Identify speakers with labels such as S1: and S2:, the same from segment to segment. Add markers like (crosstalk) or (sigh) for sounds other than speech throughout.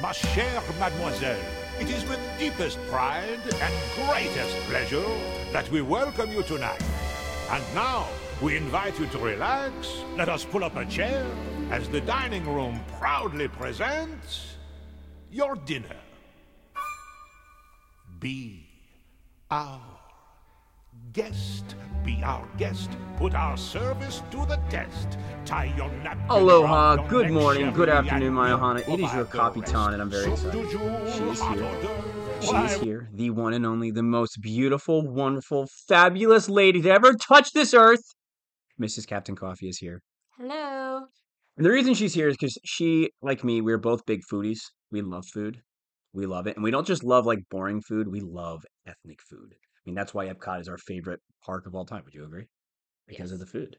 S1: Ma chère mademoiselle, it is with deepest pride and greatest pleasure that we welcome you tonight. And now, we invite you to relax, let us pull up a chair, as the dining room proudly presents your dinner. Be our guest. Be our guest. Put our service to the test. Tie your napkin.
S2: Aloha,
S1: round your
S2: good
S1: neck,
S2: morning,
S1: Chevy,
S2: good afternoon,
S1: and
S2: my
S1: we'll
S2: Ohana. It is your
S1: provide the
S2: Kapitan,
S1: rest.
S2: and I'm very excited.
S1: do you
S2: She is
S1: hot
S2: here.
S1: hors d'oeuvres?
S2: She
S1: Why,
S2: is here, the one and only, the most beautiful, wonderful, fabulous lady to ever touch this earth. Mrs. Captain Coffee is here.
S3: Hello.
S2: And the reason she's here is because she, like me, we're both big foodies. We love food. We love it. And we don't just love like boring food, we love ethnic food. I mean, that's why Epcot is our favorite park of all time. Would you agree? Because of the
S3: Yes.
S2: food.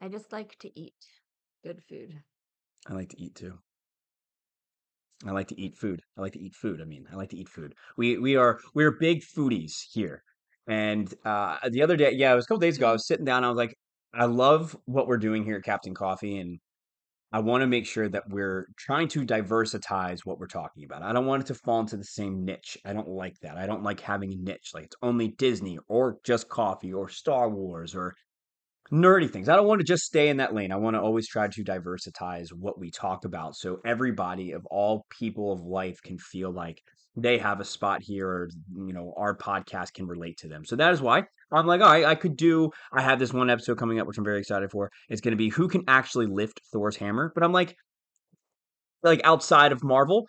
S3: I just like to eat good food.
S2: I like to eat too. I like to eat food. I like to eat food. I mean, I like to eat food. We we are we're big foodies here. And uh the other day, yeah, it was a couple days ago, I was sitting down, I was like, I love what we're doing here at Captain Coffee, and I want to make sure that we're trying to diversitize what we're talking about. I don't want it to fall into the same niche. I don't like that. I don't like having a niche. Like it's only Disney or just coffee or Star Wars or nerdy things. I don't want to just stay in that lane. I want to always try to diversitize what we talk about so everybody of all people of life can feel like they have a spot here or you know our podcast can relate to them. So that is why I'm like, all right, I could do I have this one episode coming up which I'm very excited for. It's going to be who can actually lift Thor's hammer, but I'm like like outside of Marvel,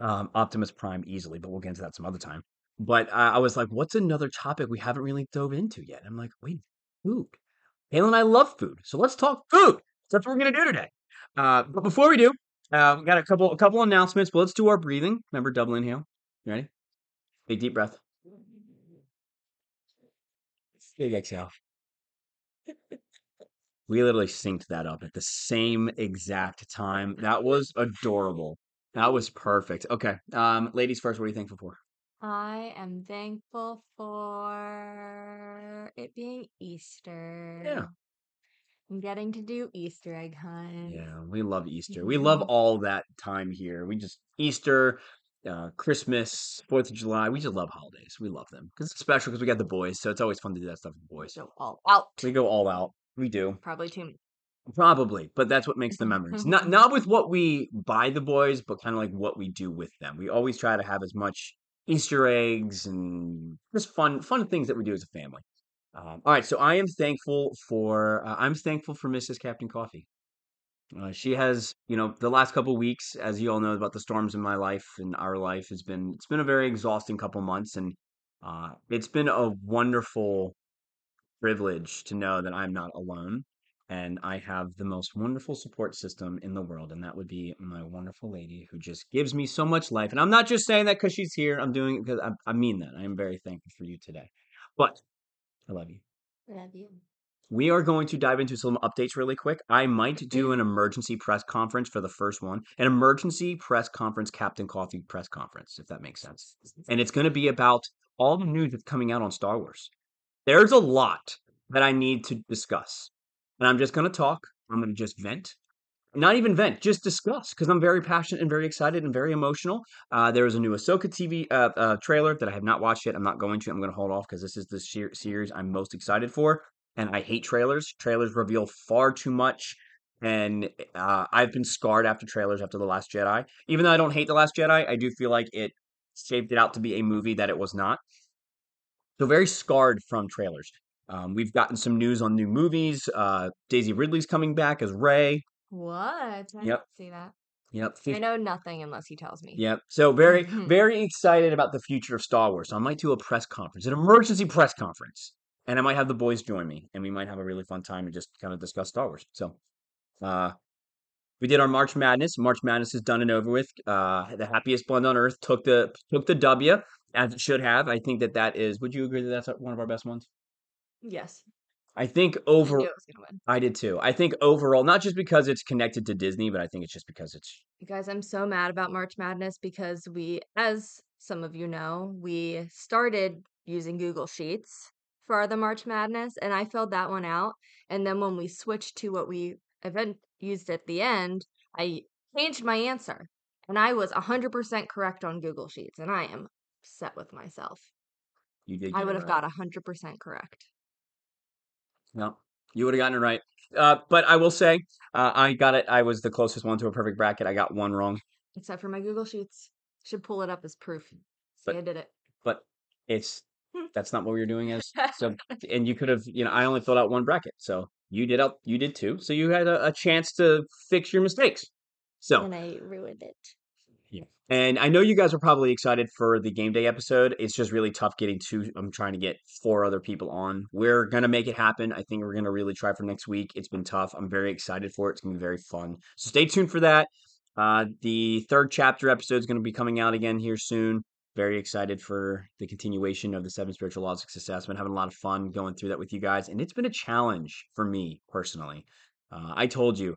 S2: um, Optimus Prime easily, but we'll get into that some other time. But uh, I was like, what's another topic we haven't really dove into yet? I'm like, wait, food. Hale and I love food, so let's talk food. So that's what we're gonna do today. Uh, but before we do, uh, we got a couple a couple announcements. But let's do our breathing. Remember, double inhale. You ready? Big deep breath. Big exhale. We literally synced that up at the same exact time. That was adorable. That was perfect. Okay, um, ladies first. What are you thankful for?
S3: I am thankful for it being Easter. I'm getting to do Easter egg hunts.
S2: Yeah, we love Easter. We love all that time here. We just Easter, uh, Christmas, Fourth of July. We just love holidays. We love them because it's special because we got the boys, so it's always fun to do that stuff with the boys.
S3: So all out.
S2: We go all out. We do
S3: Probably too many.
S2: probably, but that's what makes the memories. Not not with what we buy the boys, but kind of like what we do with them. We always try to have as much Easter eggs and just fun fun things that we do as a family. Um, all right, so I am thankful for uh, I'm thankful for Mrs. Captain Coffee. Uh, she has, you know, the last couple weeks, as you all know about the storms in my life and our life, has been it's been a very exhausting couple months, and uh, it's been a wonderful privilege to know that I'm not alone, and I have the most wonderful support system in the world, and that would be my wonderful lady who just gives me so much life. And I'm not just saying that because she's here; I'm doing it because I, I mean that. I am very thankful for you today, but I love you.
S3: Love you.
S2: We are going to dive into some updates really quick. I might do
S3: Mm-hmm.
S2: an emergency press conference for the first one, an emergency press conference, Captain Coffee press conference, if that makes sense. And it's going to be about all the news that's coming out on Star Wars. There's a lot that I need to discuss. And I'm just going to talk. I'm going to just vent. Not even vent, just discuss because I'm very passionate and very excited and very emotional. Uh, there is a new Ahsoka TV uh, uh, trailer that I have not watched yet. I'm not going to. I'm going to hold off because this is the ser- series I'm most excited for and I hate trailers. Trailers reveal far too much, and uh, I've been scarred after trailers after The Last Jedi. Even though I don't hate The Last Jedi, I do feel like it shaped it out to be a movie that it was not. So very scarred from trailers. Um, we've gotten some news on new movies. Uh, Daisy Ridley's coming back as Ray.
S3: What? I didn't
S2: Yep.
S3: see that.
S2: Yep,
S3: I know nothing unless he tells me.
S2: Yep. So very,
S3: Mhm.
S2: very excited about the future of Star Wars. So I might do a press conference, an emergency press conference, and I might have the boys join me, and we might have a really fun time and just kind of discuss Star Wars. So, uh, we did our March Madness. March Madness is done and over with. Uh, the happiest blend on earth took the took the W as it should have. I think that that is. Would you agree that that's one of our best ones?
S3: Yes.
S2: I think
S3: I knew
S2: over.
S3: it was gonna win.
S2: I did too. I think overall, not just because it's connected to Disney, but I think it's just because it's
S3: You guys, I'm so mad about March Madness because we, as some of you know, we started using Google Sheets for the March Madness and I filled that one out. And then when we switched to what we event used at the end, I changed my answer. And I was 100% correct on Google Sheets, and I am upset with myself.
S2: You did.
S3: I
S2: get it
S3: would have
S2: right.
S3: got 100% correct.
S2: No, you would have gotten it right. Uh, but I will say, uh, I got it. I was the closest one to a perfect bracket. I got one wrong,
S3: Except for my Google Sheets. Should pull it up as proof. See,
S2: But-
S3: I did it.
S2: but it's
S3: Hmm.
S2: that's not what we were doing. As
S3: (laughs)
S2: so, and you could have, you know, I only filled out one bracket, so you did out, you did two, so you had a, a chance to fix your mistakes. So,
S3: And I ruined it.
S2: And I know you guys are probably excited for the game day episode. It's just really tough getting two. I'm trying to get four other people on. We're going to make it happen. I think we're going to really try for next week. It's been tough. I'm very excited for it. It's going to be very fun. So stay tuned for that. Uh, the third chapter episode is going to be coming out again here soon. Very excited for the continuation of the seven spiritual laws of success. been having a lot of fun going through that with you guys. And it's been a challenge for me personally. Uh, I told you,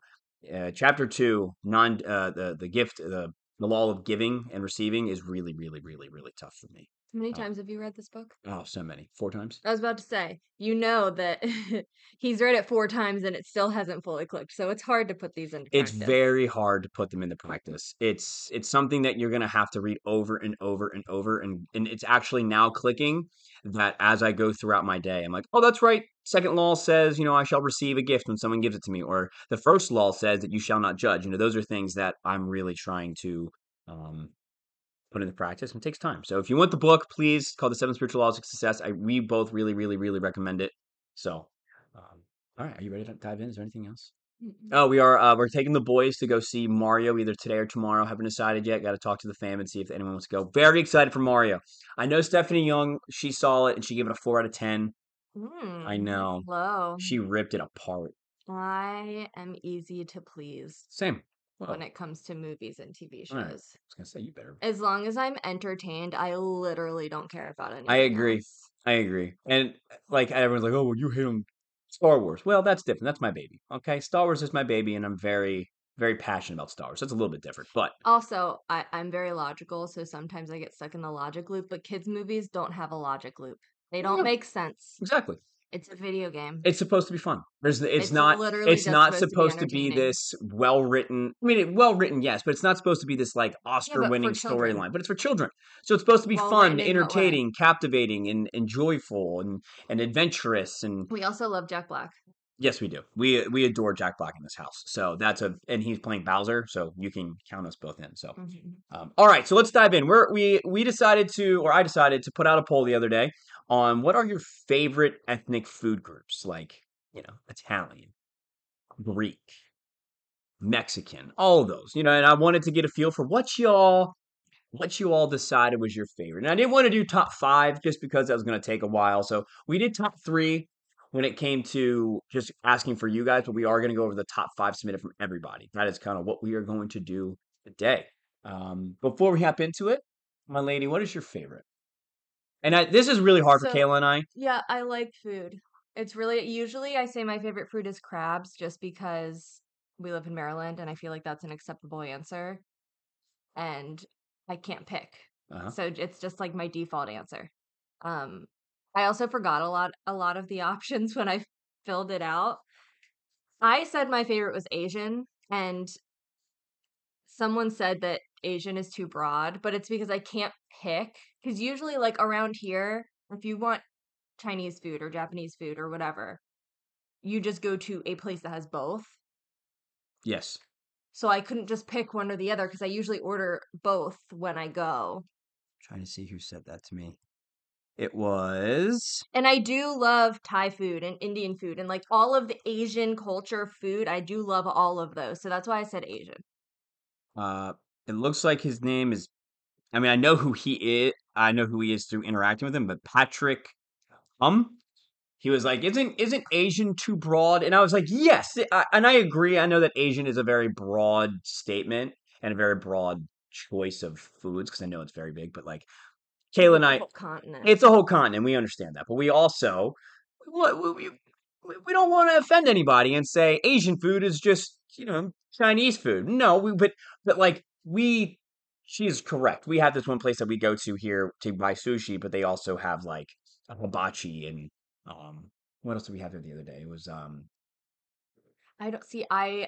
S2: uh, chapter two, non, uh, the, the gift, the the law of giving and receiving is really, really, really, really tough for me.
S3: How many
S2: Oh.
S3: times have you read this book?
S2: Oh, so many. Four times?
S3: I was about to say, you know that (laughs) he's read it four times and it still hasn't fully clicked. So it's hard to put these into
S2: It's
S3: practice.
S2: very hard to put them into practice. It's it's something that you're gonna have to read over and over and over and and it's actually now clicking that as I go throughout my day, I'm like, oh that's right. Second law says, you know, I shall receive a gift when someone gives it to me, or the first law says that you shall not judge. You know, those are things that I'm really trying to um put into practice and it takes time. So if you want the book, please call the Seven Spiritual Laws of Success. I we both really, really, really recommend it. So um, all right, are you ready to dive in? Is there anything else?
S3: Mm-mm.
S2: Oh, we are. Uh, we're taking the boys to go see Mario either today or tomorrow. Haven't decided yet. Got to talk to the fam and see if anyone wants to go. Very excited for Mario. I know Stephanie Young. She saw it and she gave it a four out of ten. I
S3: Mm,
S2: know
S3: Hello.
S2: she ripped it apart.
S3: I am easy to please
S2: Same. Well,
S3: when it comes to movies and TV
S2: All right.
S3: shows.
S2: I was gonna say you better.
S3: As long as I'm entertained, I literally don't care about anything.
S2: agree.
S3: else.
S2: I agree. And uh, like everyone's like, oh, well, you hate on Star Wars. Well, that's different. That's my baby. Okay, Star Wars is my baby, and I'm very, very passionate about Star Wars. That's a little bit different, but
S3: Also, I, I'm very logical, so sometimes I get stuck in the logic loop, but kids' movies don't have a logic loop. They don't
S2: Yeah.
S3: make sense.
S2: exactly.
S3: It's a video game.
S2: it's supposed to be fun. There's it's,
S3: It's
S2: not
S3: literally
S2: it's
S3: just
S2: not
S3: supposed
S2: supposed
S3: to be
S2: to be,
S3: entertaining.
S2: this well written. I mean, well written, yes, but it's not supposed to be this like Oscar winning
S3: for children.
S2: storyline. But it's for children, so it's supposed to be fun,
S3: Well-written in what way?
S2: entertaining, captivating, and and joyful, and and adventurous, and
S3: We also love Jack Black.
S2: yes, we do. We we adore Jack Black in this house, so that's a and he's playing Bowser, so you can count us both in. So.
S3: Mm.
S2: Um, all right, so let's dive in. We're, we we decided to, or I decided to put out a poll the other day on what are your favorite ethnic food groups, like you know Italian, Greek, Mexican, all of those. You know, and I wanted to get a feel for what y'all what you all decided was your favorite. And I didn't want to do top five just because that was going to take a while. So we did top three when it came to just asking for you guys, but we are going to go over the top five submitted from everybody. That is kind of what we are going to do today. Um, before we hop into it, my lady, what is your favorite? And I, this is really hard for
S3: So-
S2: Kayla and I.
S3: Yeah, I like food. It's really usually I say my favorite food is crabs just because we live in Maryland and I feel like that's an acceptable answer. And I can't pick.
S2: Uh-huh.
S3: So j- it's just like my default answer. Um I also forgot a lot a lot of the (laughs) options when I filled it out. I said my favorite was Asian and someone said that Asian is too broad, but it's because I can't pick. Because usually, like around here, if you want Chinese food or Japanese food or whatever, you just go to a place that has both.
S2: Yes.
S3: So I couldn't just pick one or the other because I usually order both when I go.
S2: trying to see who said that to me. It was.
S3: And I do love Thai food and Indian food and like all of the Asian culture food. I do love all of those. So that's why I said Asian.
S2: Uh, it looks like his name is. I mean, I know who he is. I know who he is through interacting with him. But Patrick, um, he was like, "Isn't isn't Asian too broad?" And I was like, "Yes," I, and I agree. I know that Asian is a very broad statement and a very broad choice of foods because I know it's very big. But like, Kayla and I,
S3: Whole continent.
S2: it's a whole continent. We understand that, but we also what we, we, we don't want to offend anybody and say Asian food is just you know Chinese food. No, we but but like we, she is correct. We have this one place that we go to here to buy sushi, but they also have like a hibachi and um what else did we have there the other day? It was um
S3: I don't see. I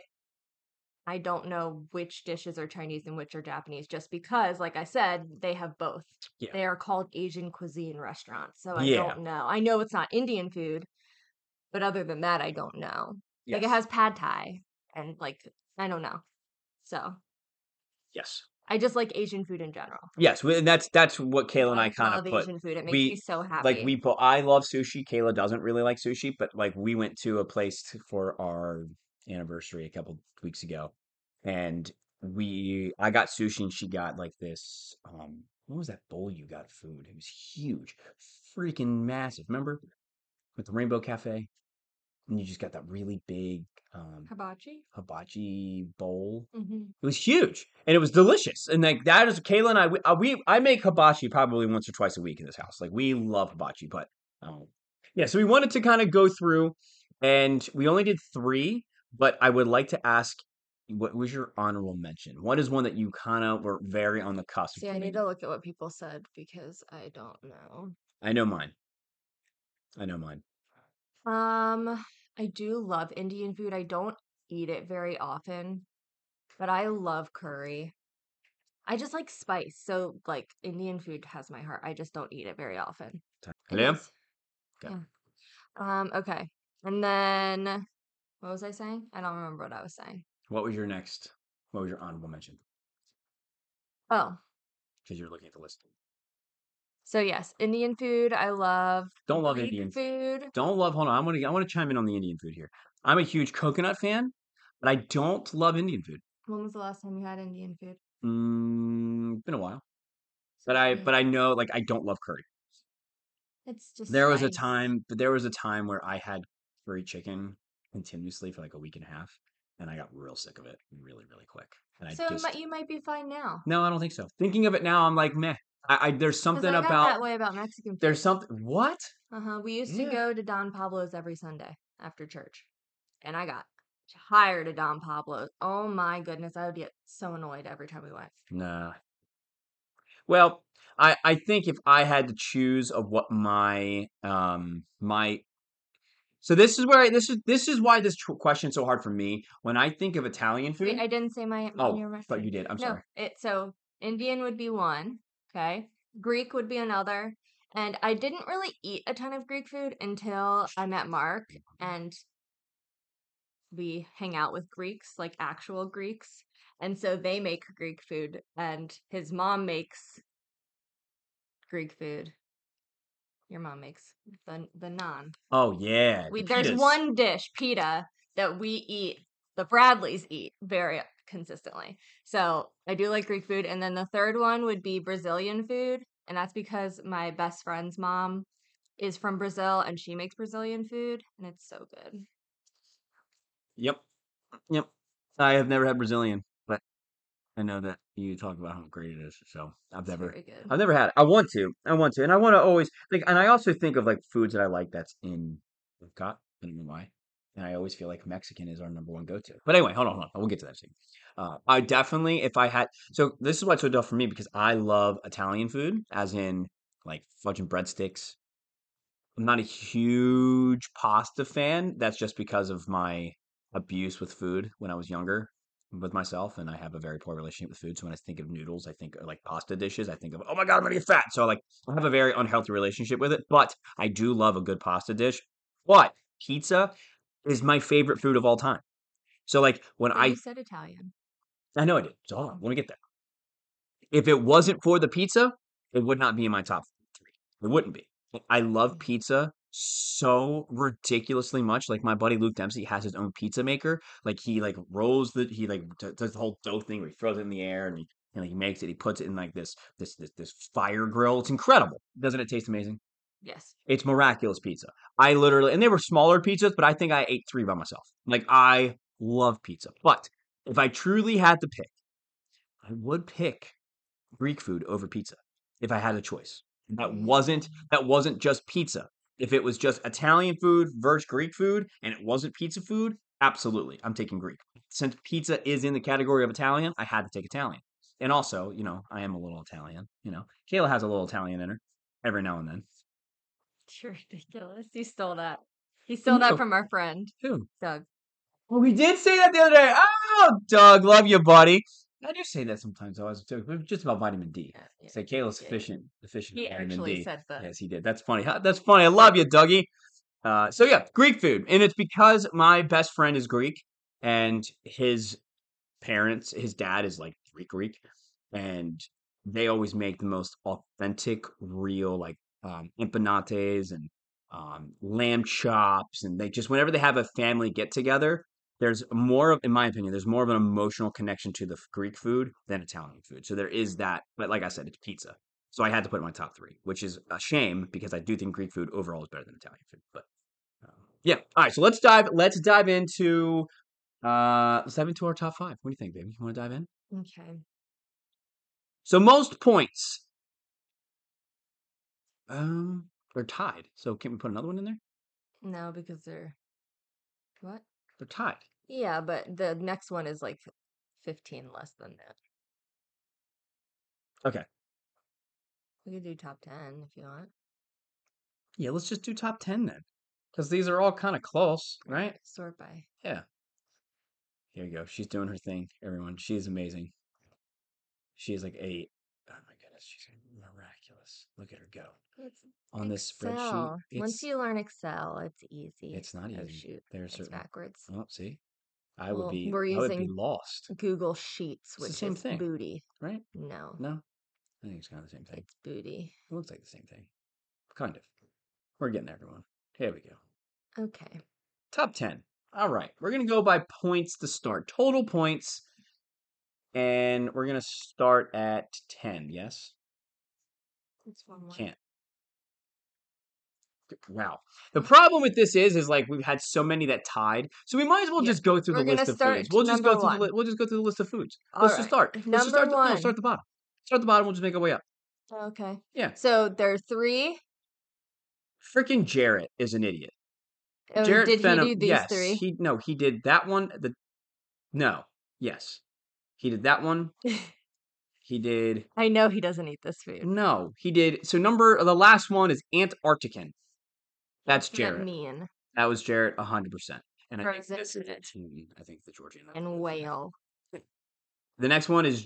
S3: I don't know which dishes are Chinese and which are Japanese, just because, like I said, they have both.
S2: Yeah.
S3: They are called Asian cuisine restaurants. So I
S2: Yeah.
S3: don't know. I know it's not Indian food, but other than that, I don't know. Like it
S2: Yes.
S3: has pad thai and like I don't know. So
S2: Yes.
S3: I just like Asian food in general.
S2: Yes. we- And that's that's what Kayla and I kind
S3: love
S2: of put.
S3: Asian food. It makes
S2: we-
S3: me so happy.
S2: Like we put. I love sushi. Kayla doesn't really like sushi, but like we went to a place t- for our anniversary a couple weeks ago, and we I got sushi and she got like this. Um, what was that bowl you got? of Food. It was huge, freaking massive. Remember with the Rainbow Cafe, and you just got that really big um,
S3: hibachi.
S2: hibachi bowl.
S3: Mm-hmm.
S2: It was huge and it was delicious. And like that is Kayla and I we, uh, we I make hibachi probably once or twice a week in this house. Like we love hibachi, but um, yeah. So we wanted to kind of go through, and we only did three. But I would like to ask, what was your honorable mention? What is one that you kind of were very on the cusp? of
S3: See, I
S2: doing?
S3: need to look at what people said because I don't know.
S2: I know mine. I know mine.
S3: Um, I do love Indian food. I don't eat it very often, but I love curry. I just like spice. So like Indian food has my heart. I just don't eat it very often. It
S2: Hello.
S3: is-
S2: Go.
S3: Yeah. Um, okay. And then what was I saying? I don't remember what I was saying.
S2: What was your next? What was your honorable mention?
S3: Oh,
S2: Because you're looking at the list.
S3: so yes, Indian food. I love
S2: Don't love
S3: Greek
S2: Indian
S3: food.
S2: don't love hold on i want to i want to chime in on the indian food here i'm a huge coconut fan but i don't love indian food
S3: When was the last time you had Indian food?
S2: mm, been a while but i
S3: Yeah.
S2: but i know like i don't love curry
S3: It's just
S2: there was a
S3: spice.
S2: time but there was a time where i had curry chicken continuously for like a week and a half and i got real sick of it really really quick and i
S3: So it
S2: just
S3: might, you might be fine now.
S2: no i don't think so thinking of it now i'm like meh i, I there's
S3: 'Cause
S2: something
S3: I got that
S2: about
S3: way about Mexican food.
S2: there's something what
S3: Uh-huh. We used
S2: Yeah.
S3: to go to Don Pablo's every Sunday after church. And I got tired of Don Pablo's. Oh my goodness, I would get so annoyed every time we went.
S2: Nah. Well, I I think if I had to choose of what my um my so this is where I, this is this is why this tr- question's so hard for me when I think of Italian food.
S3: Wait, I didn't say my my
S2: oh,
S3: your
S2: I thought you did. I'm
S3: no,
S2: sorry.
S3: it so Indian would be one, okay? Greek would be another. And I didn't really eat a ton of Greek food until I met Mark and we hang out with Greeks, like actual Greeks. And so they make Greek food and his mom makes Greek food. Your mom makes the the naan.
S2: Oh yeah,
S3: We
S2: the
S3: there's
S2: pitas.
S3: one dish, pita, that we eat, the Bradleys eat very consistently. So I do like Greek food. And then the third one would be Brazilian food. And that's because my best friend's mom is from Brazil and she makes Brazilian food and it's so good.
S2: Yep, yep. I have never had Brazilian, but I know that you talk about how great it is. So I've
S3: It's
S2: never
S3: very good.
S2: I've never had it. I want to. I want to. And I want to always like and I also think of like foods that I like that's in Epcot. I don't know why. And I always feel like Mexican is our number one go-to. But anyway, hold on, hold on. We'll get to that soon. Uh, I definitely, if I had, so this is why it's so tough for me because I love Italian food, as in like fudge and breadsticks. I'm not a huge pasta fan. That's just because of my abuse with food when I was younger with myself, and I have a very poor relationship with food. So when I think of noodles, I think of like pasta dishes. I think of oh my god, I'm gonna get fat. So like I have a very unhealthy relationship with it, but I do love a good pasta dish. But pizza is my favorite food of all time. So like when
S3: But
S2: I
S3: you said Italian.
S2: I know I did. So hold on, let me get there. If it wasn't for the pizza, it would not be in my top three. It wouldn't be. I love pizza so ridiculously much. Like my buddy Luke Dempsey has his own pizza maker. Like he like rolls the he like d- does the whole dough thing where he throws it in the air and he and he makes it. He puts it in like this this this this fire grill. It's incredible. Doesn't it taste amazing?
S3: Yes.
S2: It's miraculous pizza. I literally, and they were smaller pizzas, but I think I ate three by myself. Like, I love pizza. But if I truly had to pick, I would pick Greek food over pizza if I had a choice. That wasn't that wasn't just pizza. If it was just Italian food versus Greek food and it wasn't pizza food, absolutely, I'm taking Greek. Since pizza is in the category of Italian, I had to take Italian. And also, you know, I am a little Italian, you know. Kayla has a little Italian in her every now and then.
S3: You're ridiculous. You stole that. He stole that
S2: No.
S3: from our friend,
S2: Who?
S3: Doug.
S2: Well, we did say that the other day. Oh, Doug, love you, buddy. I do say that sometimes. I was just about vitamin D.
S3: Yeah, yeah.
S2: Say Kayla's
S3: yeah.
S2: efficient, efficient.
S3: He
S2: at vitamin
S3: actually
S2: D.
S3: said that.
S2: Yes, he did. That's funny. Ha- That's funny. I love you, Dougie. Uh, so yeah, Greek food, and it's because my best friend is Greek, and his parents, his dad is like Greek Greek, and they always make the most authentic, real like um, empanadas and um, lamb chops, and they just whenever they have a family get together, there's more of, in my opinion, there's more of an emotional connection to the f- Greek food than Italian food. So there is that, but like I said, it's pizza. So I had to put it in my top three, which is a shame because I do think Greek food overall is better than Italian food. But um, yeah, all right. So let's dive. Let's dive into. Uh, let's dive into our top five. What do you think, baby? You want to dive in?
S3: Okay.
S2: So most points. Um, they're tied. So can we put another one in there?
S3: No, because they're what?
S2: They're tied.
S3: Yeah, but the next one is like fifteen less than that.
S2: Okay.
S3: We could do top ten if you want.
S2: Yeah, let's just do top ten then, because these are all kind of close, right?
S3: Sort by.
S2: Here you go. She's doing her thing, everyone. She is amazing. She is like a oh my goodness, she's miraculous. Look at her go.
S3: It's
S2: On this spreadsheet.
S3: Excel. Once
S2: it's-
S3: you learn Excel, it's easy.
S2: it's not
S3: Oh
S2: easy.
S3: shoot,
S2: There are
S3: it's
S2: certain
S3: backwards.
S2: oh see. I would
S3: Well,
S2: be
S3: we're
S2: I would be
S3: using- (laughs)
S2: lost,
S3: Google Sheets,
S2: the
S3: which
S2: same
S3: is
S2: thing.
S3: booty.
S2: right?
S3: No,
S2: No? I think it's kind of the same thing.
S3: it's booty.
S2: It looks like the same thing. Kind of. We're getting there, everyone. Here we go.
S3: Okay.
S2: Top 10. All right. We're going to go by points to start. Total points. And we're going to start at 10. Yes?
S3: It's one more.
S2: Can't. Wow. The problem with this is, is like we've had so many that tied, so we might as well
S3: Yeah,
S2: just go through
S3: we're
S2: the
S3: gonna
S2: list of
S3: start
S2: foods. We'll just
S3: number
S2: go through. The
S3: one.
S2: li- we'll just go through the list of foods.
S3: All
S2: Let's
S3: right,
S2: just start. Let's just
S3: number
S2: start. the- no,
S3: one.
S2: start at the bottom. Start at the bottom. We'll just make our way up.
S3: Okay.
S2: Yeah.
S3: So there are three.
S2: Freaking Jarrett is an idiot.
S3: Oh,
S2: Jarrett
S3: did
S2: Fennem-
S3: he do these
S2: yes,
S3: three?
S2: He no, he did that one. The no, yes, he did that
S3: (laughs)
S2: one. He did
S3: I know he doesn't eat this food.
S2: no, he did. So number the last one is Antarctican. That's
S3: Isn't that
S2: Jarrett.
S3: mean
S2: That was Jarrett, hundred percent. And I think,
S3: Frozen fish.
S2: Mm, I think the Georgian I
S3: and
S2: believe.
S3: whale.
S2: The next one is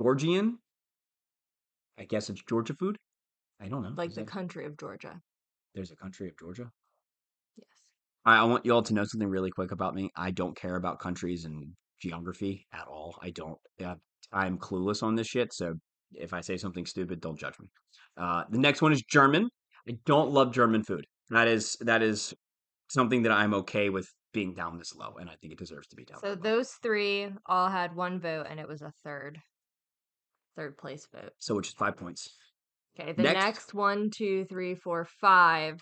S2: Georgian. I guess it's Georgia food. I don't know.
S3: like
S2: Is
S3: the
S2: that-
S3: country of Georgia.
S2: there's a country of Georgia.
S3: Yes.
S2: I, I want you all to know something really quick about me. I don't care about countries and geography at all. I don't. I, I'm clueless on this shit. So if I say something stupid, don't judge me. Uh, the next one is German. I don't love German food. That is that is something that I'm okay with being down this low, and I think it deserves to be down.
S3: So
S2: that low.
S3: those three all had one vote, and it was a third, third place vote.
S2: so which is five points.
S3: Okay. The
S2: Next.
S3: next, one, two, three, four, five,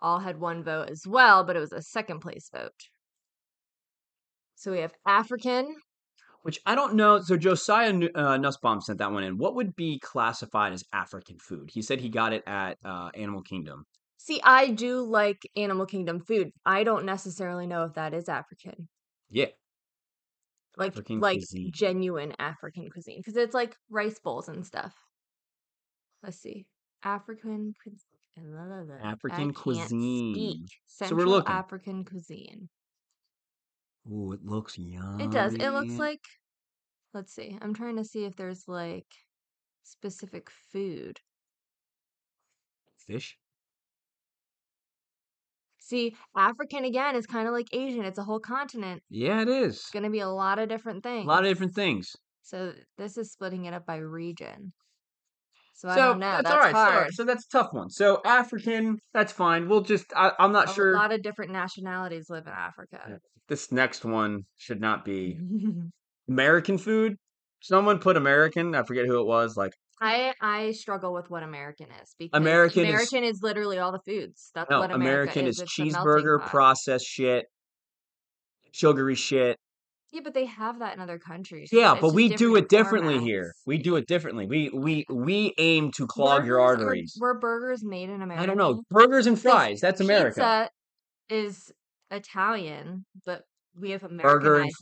S3: all had one vote as well, but it was a second place vote. So we have African.
S2: Which I don't know. So Josiah Nu- uh, Nussbaum sent that one in. What would be classified as African food? He said he got it at uh, Animal Kingdom.
S3: See, I do like Animal Kingdom food. I don't necessarily know if that is African.
S2: Yeah,
S3: like
S2: African
S3: like
S2: cuisine.
S3: genuine African cuisine because it's like rice bowls and stuff. Let's see, African cuisine.
S2: African cuisine. So we're
S3: Central
S2: looking.
S3: African cuisine.
S2: Ooh, it looks yummy.
S3: It does. It looks like. Let's see. I'm trying to see if there's like specific food.
S2: fish.
S3: See, African again is kind of like Asian. It's a whole continent.
S2: Yeah, it is.
S3: It's going to be a lot of different things.
S2: A lot of different things.
S3: So this is splitting it up by region. So,
S2: So
S3: I don't know. That's,
S2: all right. so all right,
S3: hard.
S2: So, that's a tough one. So African, that's fine. We'll just. I, I'm not
S3: a
S2: sure.
S3: lot of different nationalities live in Africa.
S2: This next one should not
S3: Mm-hmm.
S2: be American food. Someone put American. I forget who it was. Like.
S3: (laughs) I I struggle with what American is because
S2: American is-
S3: American is, literally all the foods. That's
S2: No,
S3: what America
S2: American
S3: is.
S2: is
S3: It's a melting
S2: cheeseburger,
S3: pot.
S2: processed shit, sugary shit.
S3: Yeah, but they have that in other countries.
S2: Yeah,
S3: It's
S2: but
S3: just
S2: we do it differently
S3: formats.
S2: here. We do it differently. We we we aim to clog
S3: Burgers
S2: your
S3: are-
S2: arteries.
S3: Were burgers made in America?
S2: I don't know. Burgers and
S3: Because
S2: fries, that's America.
S3: Pizza is Italian, but we have Americanized
S2: Burger and
S3: it. We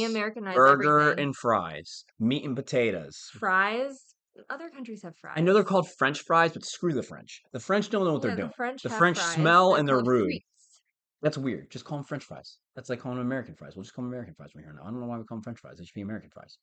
S2: fries.
S3: Americanize
S2: Burger
S3: everything.
S2: and fries, meat and potatoes.
S3: fries. Other countries have fries.
S2: I know they're called French fries, but screw the French. The French don't know what
S3: Yeah,
S2: they're
S3: the
S2: doing.
S3: French
S2: The
S3: have
S2: French
S3: fries.
S2: smell and they're
S3: called
S2: rude.
S3: frites.
S2: That's weird. Just call them French fries. That's like calling them American fries. We'll just call them American fries from here on out. I don't know why we call them French fries. They should be American fries.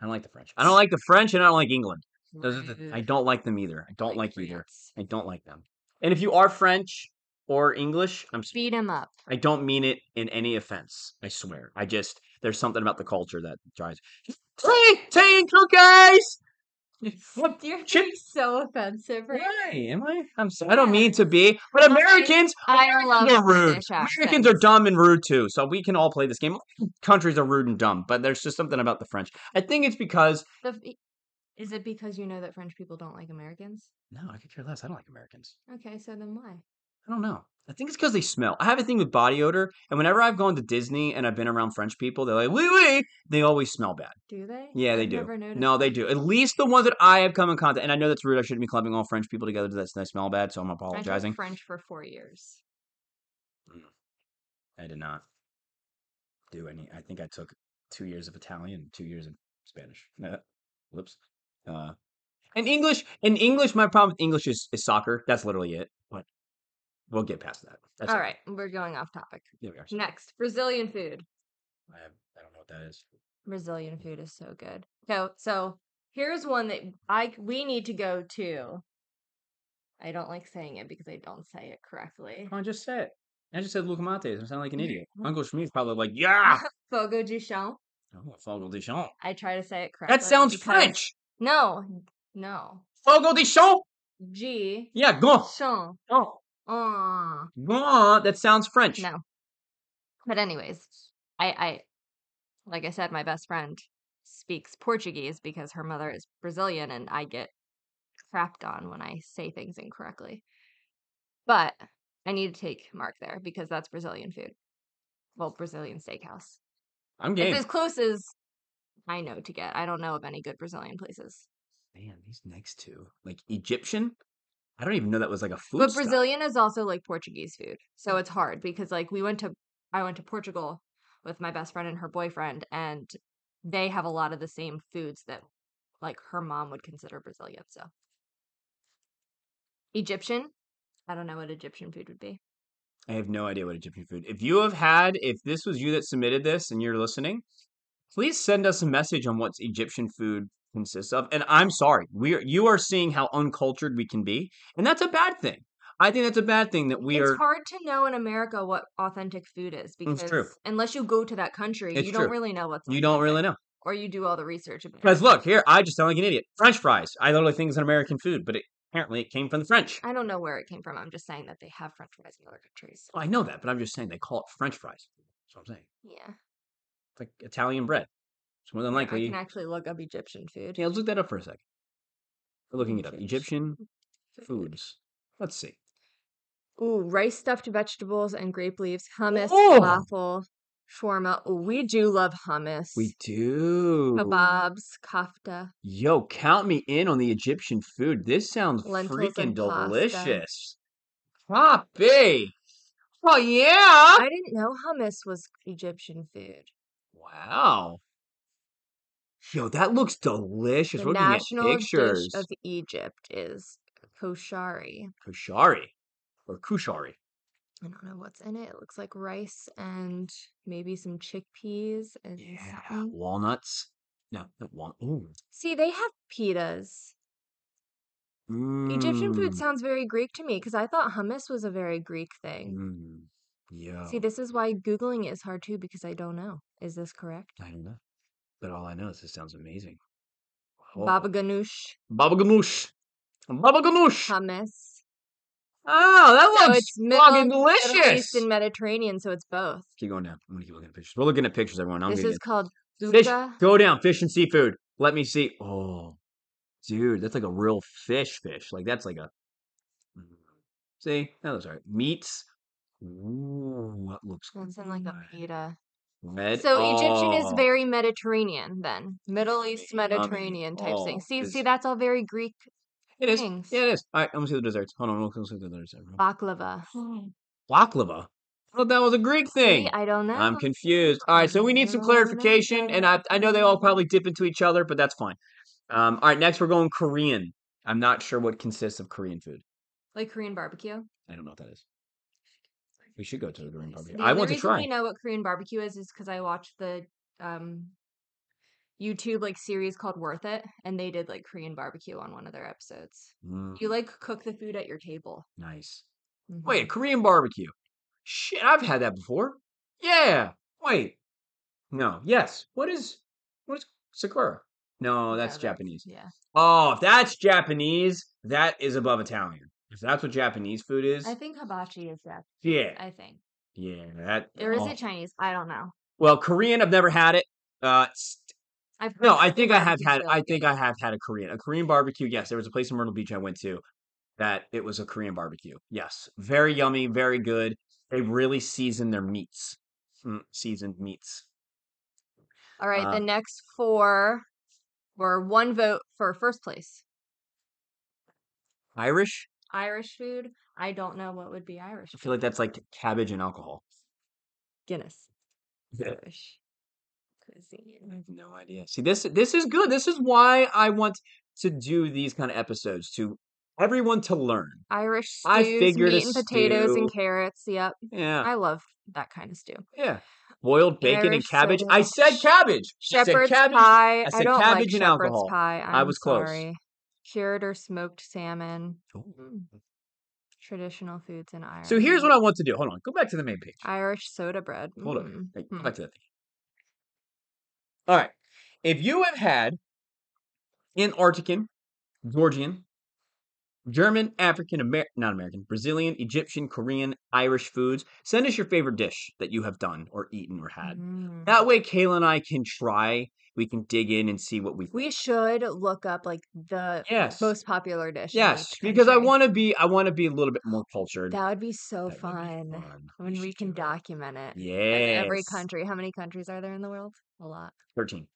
S2: I don't like the French. I don't like the French, and I don't like England. Those are the, I
S3: Ugh,
S2: don't like them either. I don't like either.
S3: France.
S2: I don't like them. And if you are French or English, I'm s-
S3: Beat him up.
S2: I don't mean it in any offense. I swear. I just there's something about the culture that drives. Hey, hey, you
S3: (laughs)
S2: guys. What-
S3: You're
S2: Chip-
S3: being so offensive right now.
S2: Why am I? I'm. So, I don't
S3: Yeah.
S2: mean to be, but
S3: Okay.
S2: Americans.
S3: I love
S2: Americans are rude.
S3: British
S2: Americans are
S3: accents.
S2: dumb and rude too. So we can all play this game. Countries are rude and dumb, but there's just something about the French. I think it's because
S3: The f- is it because you know that French people don't like Americans?
S2: no, I could care less. I don't like Americans.
S3: Okay, so then why?
S2: I don't know. I think it's because they smell. I have a thing with body odor, and whenever I've gone to Disney and I've been around French people, they're like, "Wee wee," they always smell bad.
S3: Do they?
S2: Yeah, they
S3: I've
S2: do.
S3: Never noticed
S2: No, they
S3: that.
S2: do. At least the ones that I have come in contact. And I know that's rude. I shouldn't be clubbing all French people together. That's they smell bad. So I'm
S3: I
S2: apologizing.
S3: taught French for four years.
S2: I did not do any. I think I took two years of Italian, and two years of Spanish. (laughs) Whoops. Uh, and English. In English, my problem with English is, is soccer. That's literally it. But we'll get past that. That's
S3: All
S2: it.
S3: right, we're going off topic.
S2: There we are.
S3: Next, Brazilian food.
S2: I, have, I don't know what that is.
S3: Brazilian food is so good. So, so here's one that I we need to go to. I don't like saying it because I don't say it correctly.
S2: Come on, just say it. I just said Lucamates. I sound like an
S3: Yeah.
S2: idiot. Uncle Schmidt's probably like,
S3: (laughs)
S2: yeah.
S3: Fogo de chão.
S2: Oh, Fogo de Chão.
S3: I try to say it correctly.
S2: That sounds
S3: because-
S2: French.
S3: No, no.
S2: Fogo de Chão.
S3: G.
S2: Yeah, go.
S3: Chão.
S2: Oh.
S3: Ah.
S2: Go. That sounds French.
S3: No. But anyways, I I like I said, my best friend speaks Portuguese because her mother is Brazilian and I get crapped on when I say things incorrectly. But I need to take Mark there because that's Brazilian food. Well, Brazilian steakhouse.
S2: I'm game.
S3: It's as close as I know to get. I don't know of any good Brazilian places.
S2: Man, these next two, like Egyptian. I don't even know that was like a food.
S3: but
S2: style.
S3: Brazilian is also like Portuguese food, so
S2: Mm.
S3: it's hard because like we went to I went to Portugal with my best friend and her boyfriend, and they have a lot of the same foods that like her mom would consider Brazilian. So Egyptian, I don't know what Egyptian food would be.
S2: I have no idea what Egyptian food. If you have had, if this was you that submitted this and you're listening, please send us a message on what Egyptian food consists of. And I'm sorry, we are, you are seeing how uncultured we can be, and that's a bad thing. I think that's a bad thing that we
S3: it's
S2: are.
S3: hard to know in America what authentic food is because
S2: true.
S3: unless you go to that country,
S2: It's
S3: you don't
S2: true.
S3: really know what's
S2: You don't really
S3: authentic,
S2: know.
S3: or you do all the research about
S2: Because
S3: it.
S2: look here, I just sound like an idiot. French fries. I literally think it's an American food, but it, apparently it came from the French.
S3: I don't know where it came from. I'm just saying that they have French fries in other countries.
S2: Well, I know that, but I'm just saying they call it French fries. That's what I'm saying.
S3: Yeah.
S2: It's like Italian bread. It's more than likely.
S3: I can actually look up Egyptian food.
S2: Yeah, let's look that up for a second. We're looking it up.
S3: Egyptian
S2: Egyptian foods. Let's see.
S3: Ooh, rice stuffed vegetables and grape leaves, hummus,
S2: Oh!
S3: falafel, shawarma. Ooh, we do love hummus.
S2: We do.
S3: Kebabs, kofta.
S2: Yo, count me in on the Egyptian food. This sounds
S3: Lentils
S2: freaking
S3: and pasta.
S2: delicious. Poppy. Oh yeah.
S3: I didn't know hummus was Egyptian food.
S2: Wow. Yo, that looks delicious.
S3: The
S2: We're looking at
S3: national
S2: pictures.
S3: dish of Egypt is koshari.
S2: Kushari or Kushari.
S3: I don't know what's in it. It looks like rice and maybe some chickpeas and
S2: Yeah.
S3: something.
S2: Walnuts. No, not walnut. Ooh.
S3: See, they have pitas. Egyptian food
S2: Mm,
S3: sounds very Greek to me because I thought hummus was a very Greek thing.
S2: Mm. Yo.
S3: See, this is why Googling it is hard too because I don't know. Is this correct?
S2: I don't know. But all I know is this sounds amazing. Oh,
S3: Baba ganoush,
S2: Baba ganoush. Baba ganoush.
S3: hummus.
S2: Oh, that
S3: So
S2: looks
S3: it's Middle,
S2: fucking
S3: Middle
S2: delicious.
S3: East and Mediterranean, so it's both.
S2: keep going down. I'm gonna keep looking at pictures. We're looking at pictures, everyone. I'm
S3: this
S2: gonna
S3: is called
S2: get... fish.
S3: duca.
S2: Go down. Fish and seafood. Let me see. Oh, dude, that's like a real fish. Fish. Like that's like a. Mm. See, that looks alright. Meats. Ooh, that looks
S3: That's in like a
S2: good.
S3: pita.
S2: Red.
S3: So Egyptian is
S2: oh,
S3: very Mediterranean then. Middle East
S2: yummy.
S3: Mediterranean type thing.
S2: Oh,
S3: See, see,
S2: this-
S3: that's all very Greek
S2: It is.
S3: things. Uh,
S2: Yeah, it is. All right, I'm gonna see the desserts. Hold on, let's look at the desserts. everyone.
S3: Baklava.
S2: Baklava. I thought that was a Greek thing.
S3: See, I don't know.
S2: I'm confused. All right, so we need some
S3: No, no,
S2: clarification, and I, I know they all
S3: no.
S2: probably dip into each other, but that's fine. Um, all right, next we're going Korean. I'm not sure what consists of Korean food.
S3: like Korean barbecue.
S2: I don't know what that is. We should go to the Korean barbecue.
S3: The
S2: I
S3: only
S2: want to
S3: reason
S2: try.
S3: We know what Korean barbecue is is because I watched the um YouTube like series called Worth It, and they did like Korean barbecue on one of their episodes.
S2: Mm,
S3: You like cook the food at your table.
S2: nice.
S3: Mhm.
S2: Wait, Korean barbecue. Shit, I've had that before. Yeah. Wait. No. Yes. What is what is sakura? No,
S3: Yeah,
S2: that's Japanese.
S3: Yeah,
S2: Oh, if that's Japanese, that is above Italian. If that's what Japanese food is,
S3: I think hibachi is Japanese.
S2: yeah,
S3: I think,
S2: yeah, that.
S3: or is
S2: oh.
S3: it Chinese? I don't know.
S2: Well, Korean, I've never had it. Uh, s-
S3: I've
S2: no,
S3: heard
S2: I
S3: that
S2: think
S3: the
S2: I have
S3: barbecue's
S2: had.
S3: really
S2: I think
S3: good.
S2: I have had a Korean, a Korean barbecue. Yes, there was a place in Myrtle Beach I went to that it was a Korean barbecue. Yes, very yummy, very good. They really season their meats, Mm, seasoned meats.
S3: All right,
S2: uh,
S3: the next four were one vote for first place.
S2: Irish.
S3: Irish food. I don't know what would be Irish.
S2: I feel like that's like cabbage and alcohol. (laughs)
S3: Guinness.
S2: Yeah.
S3: Irish
S2: I
S3: cuisine.
S2: have no idea. See, this this is good. This is why I want to do these kind of episodes to everyone to learn.
S3: Irish stews,
S2: I figured a
S3: meat and potatoes and
S2: stew.
S3: carrots. Yep,
S2: Yeah,
S3: I love that kind of stew.
S2: yeah. Boiled bacon and
S3: Irish
S2: cabbage. I said
S3: sausage.
S2: cabbage. I said
S3: Shepherd's
S2: cabbage.
S3: pie. I,
S2: said
S3: don't
S2: cabbage
S3: like
S2: and
S3: shepherd's
S2: alcohol.
S3: pie.
S2: I
S3: I'm
S2: was close.
S3: sorry. Cured or smoked salmon.
S2: Ooh.
S3: Mm. Traditional foods in Ireland.
S2: So here's what I want to do. Hold on. Go back to the main page.
S3: Irish soda bread.
S2: Hold up.
S3: Mm.
S2: Hey,
S3: Hmm.
S2: Go back to that thing. All right. If you have had in Arctican, Georgian, German, African, Amer- not American, Brazilian, Egyptian, Korean, Irish foods. Send us your favorite dish that you have done or eaten or had.
S3: Mm.
S2: That way, Kayla and I can try. We can dig in and see what we.
S3: We should look up like the
S2: yes,
S3: most popular dish. in
S2: yes,
S3: each
S2: because I
S3: country.
S2: want to be. I want to be a little bit more cultured.
S3: That would be
S2: That
S3: so
S2: would be
S3: fun
S2: fun.
S3: when we
S2: should
S3: can
S2: do it.
S3: document it. Like,
S2: Yes,
S3: every country. How many countries are there in the world? A lot.
S2: Thirteen.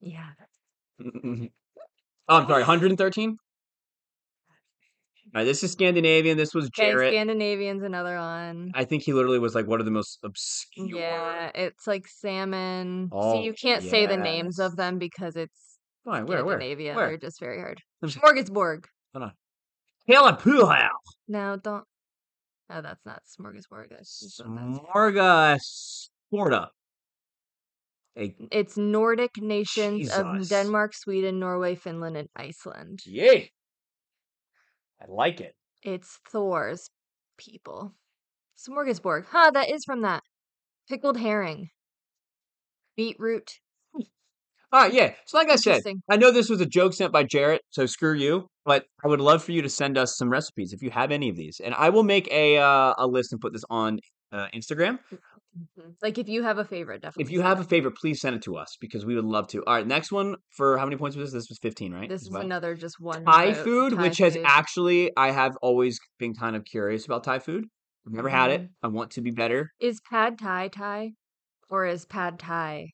S3: Yeah. that's-
S2: oh, I'm sorry, 113. All right, this is Scandinavian. This was
S3: Okay,
S2: Jarrett.
S3: Scandinavian's another one.
S2: I think he literally was like, "What are the most obscure?"
S3: Yeah, it's like salmon. so you
S2: Oh,
S3: can't say the names
S2: yes.
S3: of them because it's
S2: Why? Where? Where?
S3: Scandinavia.
S2: Where?
S3: They're just very hard.
S2: Let me see.
S3: Smorgasbord.
S2: Kayla Puhau.
S3: No, don't. No, that's not smorgasbord. That's just what that's-
S2: Smorga Sporta. A
S3: It's Nordic nations
S2: Jesus.
S3: of Denmark, Sweden, Norway, Finland, and Iceland.
S2: yay. I like it.
S3: It's Thor's people. Smorgasbord. Huh, that is from that. Pickled herring. Beetroot.
S2: All right, yeah. So like I said,
S3: Interesting.
S2: I know this was a joke sent by Jarrett, so screw you. But I would love for you to send us some recipes if you have any of these, and I will make a uh, a list and put this on uh, Instagram.
S3: Mhm. Like if you have a favorite, definitely.
S2: If you
S3: send
S2: have
S3: it.
S2: a favorite, please send it to us because we would love to. All right, next one for how many points was this? This was fifteen, right?
S3: This
S2: as
S3: is
S2: well?
S3: another just one.
S2: Thai
S3: vote,
S2: food,
S3: Thai
S2: which has
S3: food.
S2: actually I have always been kind of curious about Thai food. I've never had it.
S3: Mm-hmm.
S2: I want to be better.
S3: Is pad thai Thai or is pad thai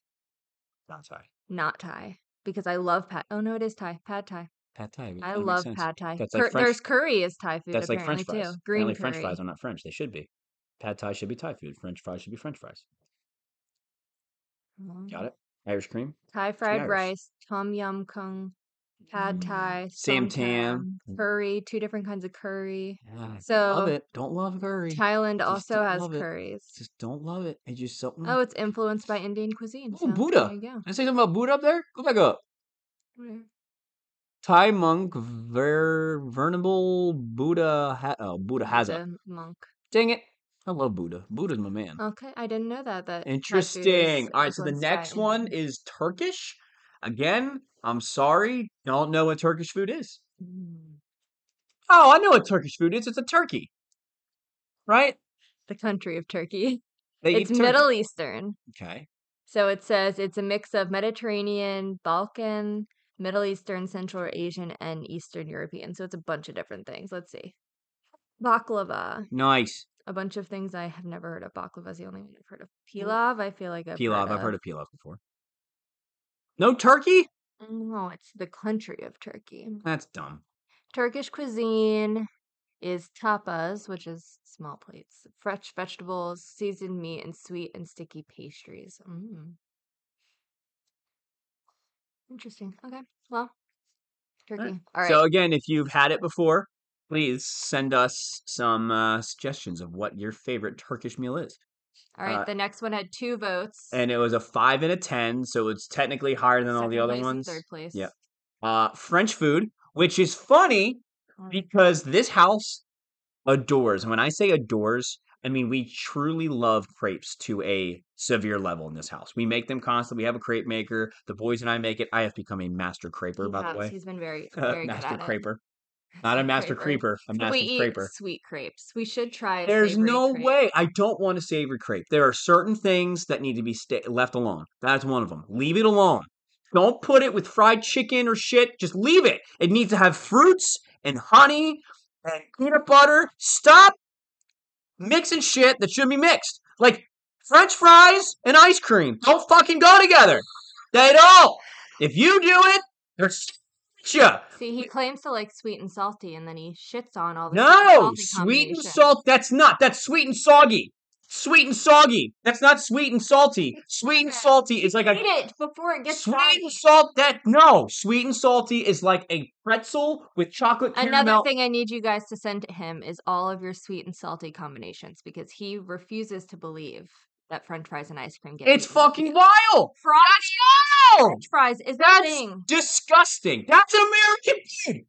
S2: Not Thai.
S3: not Thai? Because I love pad. Oh no, it is Thai. Pad Thai.
S2: Pad Thai. it
S3: I
S2: kinda makes
S3: love
S2: sense.
S3: pad Thai.
S2: That's like
S3: Cur-
S2: French-
S3: There's curry is Thai food
S2: That's like
S3: apparently
S2: French fries.
S3: too. Green
S2: Apparently,
S3: curry.
S2: French fries are not French. They should be. Pad Thai should be Thai food. French fries should be French fries. Got
S3: Mm.
S2: it. Irish cream.
S3: Thai fried
S2: Irish.
S3: rice, tom yum kung, pad
S2: Mm.
S3: Thai,
S2: Sam Tam. Mm.
S3: tam, curry. Two different kinds of curry.
S2: Yeah, I don't love
S3: So-
S2: it. Don't love curry.
S3: Thailand
S2: just
S3: also
S2: don't
S3: has
S2: love it.
S3: curries.
S2: Just don't love it. I just don't.
S3: Oh, it's influenced by Indian cuisine.
S2: Oh,
S3: so
S2: Buddha.
S3: There you go.
S2: I say something about Buddha up there. Go back up.
S3: Yeah.
S2: Thai monk ver venerable Buddha ha- oh, Buddha has a
S3: Buddha Oh, monk.
S2: dang it. I love Buddha. Buddha's my man.
S3: Okay, I didn't know that. That Thai food is
S2: Interesting. All right, so the
S3: influenced by
S2: next
S3: Indian
S2: one
S3: food.
S2: is Turkish. Again, I'm sorry, don't know what Turkish food is.
S3: Mm.
S2: Oh, I know what Turkish food is. It's a turkey, right?
S3: the country of Turkey. (laughs)
S2: They
S3: It's
S2: eat turkey.
S3: Middle Eastern.
S2: Okay.
S3: So it says it's a mix of Mediterranean, Balkan, Middle Eastern, Central Asian, and Eastern European. So it's a bunch of different things. Let's see. Baklava,
S2: Nice.
S3: a bunch of things I have never heard of. Baklava is the only one I've heard of. Pilav, I feel like I've
S2: Mm. Pilav.
S3: heard
S2: I've heard
S3: of.
S2: of pilav before. No turkey?
S3: No, Mm, it's the country of Turkey.
S2: That's dumb.
S3: Turkish cuisine is tapas, which is small plates, fresh vegetables, seasoned meat, and sweet and sticky pastries. Mm. Interesting. Okay. Well, turkey. All right.
S2: So again, if you've had it before, please send us some uh, suggestions of what your favorite Turkish meal is.
S3: All right,
S2: Uh,
S3: the next one had two votes.
S2: And it was a five and a ten, so it's technically higher than all the
S3: second
S2: other
S3: place and
S2: ones.
S3: Third place.
S2: Yep. Uh, French food, which is funny
S3: Mm.
S2: because this house adores. and When I say adores, I mean we truly love crepes to a severe level in this house. We make them constantly. We have a crepe maker. The boys and I make it. I have become a master
S3: He
S2: creper, by
S3: has.
S2: the way. (laughs)
S3: He's been very,
S2: Uh,
S3: very good
S2: master
S3: at it. (laughs)
S2: creper, not a master creeper, a master
S3: we eat
S2: creper.
S3: sweet crepes. We should try. a
S2: There's
S3: savory
S2: no
S3: crepe.
S2: way. I don't want a savory crepe. There are certain things that need to be sta- left alone. That's one of them. Leave it alone. Don't put it with fried chicken or shit. Just leave it. It needs to have fruits and honey and peanut butter. Stop mixing shit that shouldn't be mixed. Like French fries and ice cream don't fucking go together. They don't. If you do it, they're (laughs) you.
S3: See, he claims to like sweet and salty, and then he shits on all the
S2: No,
S3: salty
S2: sweet and
S3: combination.
S2: salt. That's not. That's sweet and soggy. Sweet and soggy. That's not sweet and salty. Sweet and salty is like
S3: Eat
S2: a
S3: it before it gets
S2: sweet
S3: soggy.
S2: and salt. That no, sweet and salty is like a pretzel with chocolate
S3: Another
S2: caramel.
S3: thing I need you guys to send to him is all of your sweet and salty combinations because he refuses to believe that French fries and ice cream get.
S2: It's
S3: eaten.
S2: fucking wild.
S3: Fries-
S2: That's wild.
S3: French fries is the
S2: That's
S3: thing.
S2: disgusting. That's an American thing.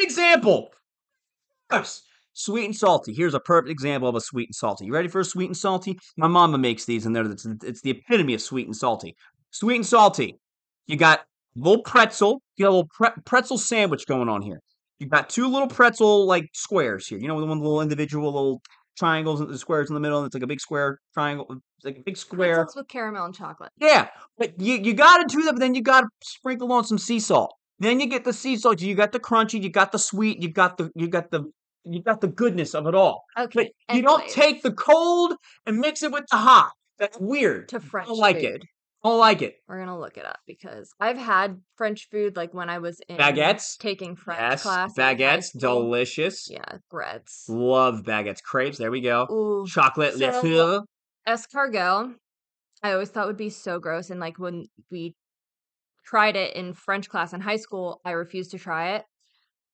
S2: Example. Yes. Sweet and salty. Here's a perfect example of a sweet and salty. You ready for a sweet and salty? My mama makes these, and they're it's, it's the epitome of sweet and salty. Sweet and salty. You got little pretzel. You got a little pre- pretzel sandwich going on here. You got two little pretzel like squares here. You know the one little individual little triangles and the squares in the middle. And it's like a big square triangle, it's like a big square.
S3: Pretzels with caramel and chocolate.
S2: Yeah, but you, you gotta do that, but then you gotta sprinkle on some sea salt. Then you get the sea salt, you got the crunchy, you got the sweet, you got the you got the you got the goodness of it all.
S3: Okay,
S2: But you don't
S3: anyways,
S2: take the cold and mix it with the hot. That's weird.
S3: to French.
S2: don't like
S3: food.
S2: it. don't like it.
S3: We're gonna look it up because I've had French food like when I was in
S2: Baguettes?
S3: taking French
S2: Yes.
S3: class. in high
S2: Baguettes,
S3: school.
S2: delicious.
S3: Yeah, grits.
S2: Love baguettes. Crepes, there we go.
S3: Ooh,
S2: Chocolate
S3: So-
S2: liqueur.
S3: escargot. I always thought would be so gross, and like when we tried it in French class in high school, I refused to try it.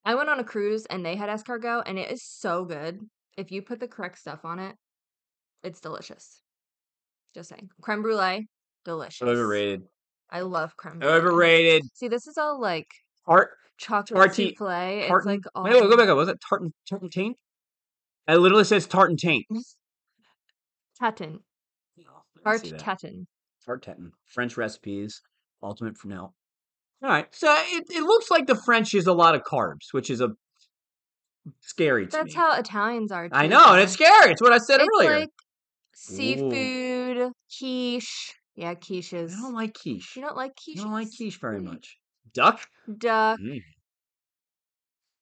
S3: I went on a cruise and they had escargot, and it is so good. If you put the correct stuff on it, it's delicious. Just saying, creme brulee, delicious. (laughs)
S2: Overrated.
S3: I love creme brulee.
S2: Overrated.
S3: See, this is all like
S2: Tart
S3: chocolate
S2: Tarty-
S3: souffle. It's
S2: tartan.
S3: like all
S2: Wait, wait, go back up. Was it tartan tartantine? It literally says tartantine.
S3: tatin,
S2: Oh, I
S3: Mm-hmm. tart
S2: see that.
S3: tatin.
S2: Tart tatin. French recipes, ultimate for now. All right, so it, it looks like the French is a lot of carbs, which is a scary to me.
S3: That's how Italians are.
S2: I
S3: too,
S2: know, and
S3: though.
S2: it's scary. It's what I said
S3: it's
S2: earlier.
S3: like seafood quiche. Yeah, quiches.
S2: I don't like quiche.
S3: you don't like quiche.
S2: I don't like quiche very much. Duck.
S3: Duck,
S2: Mm,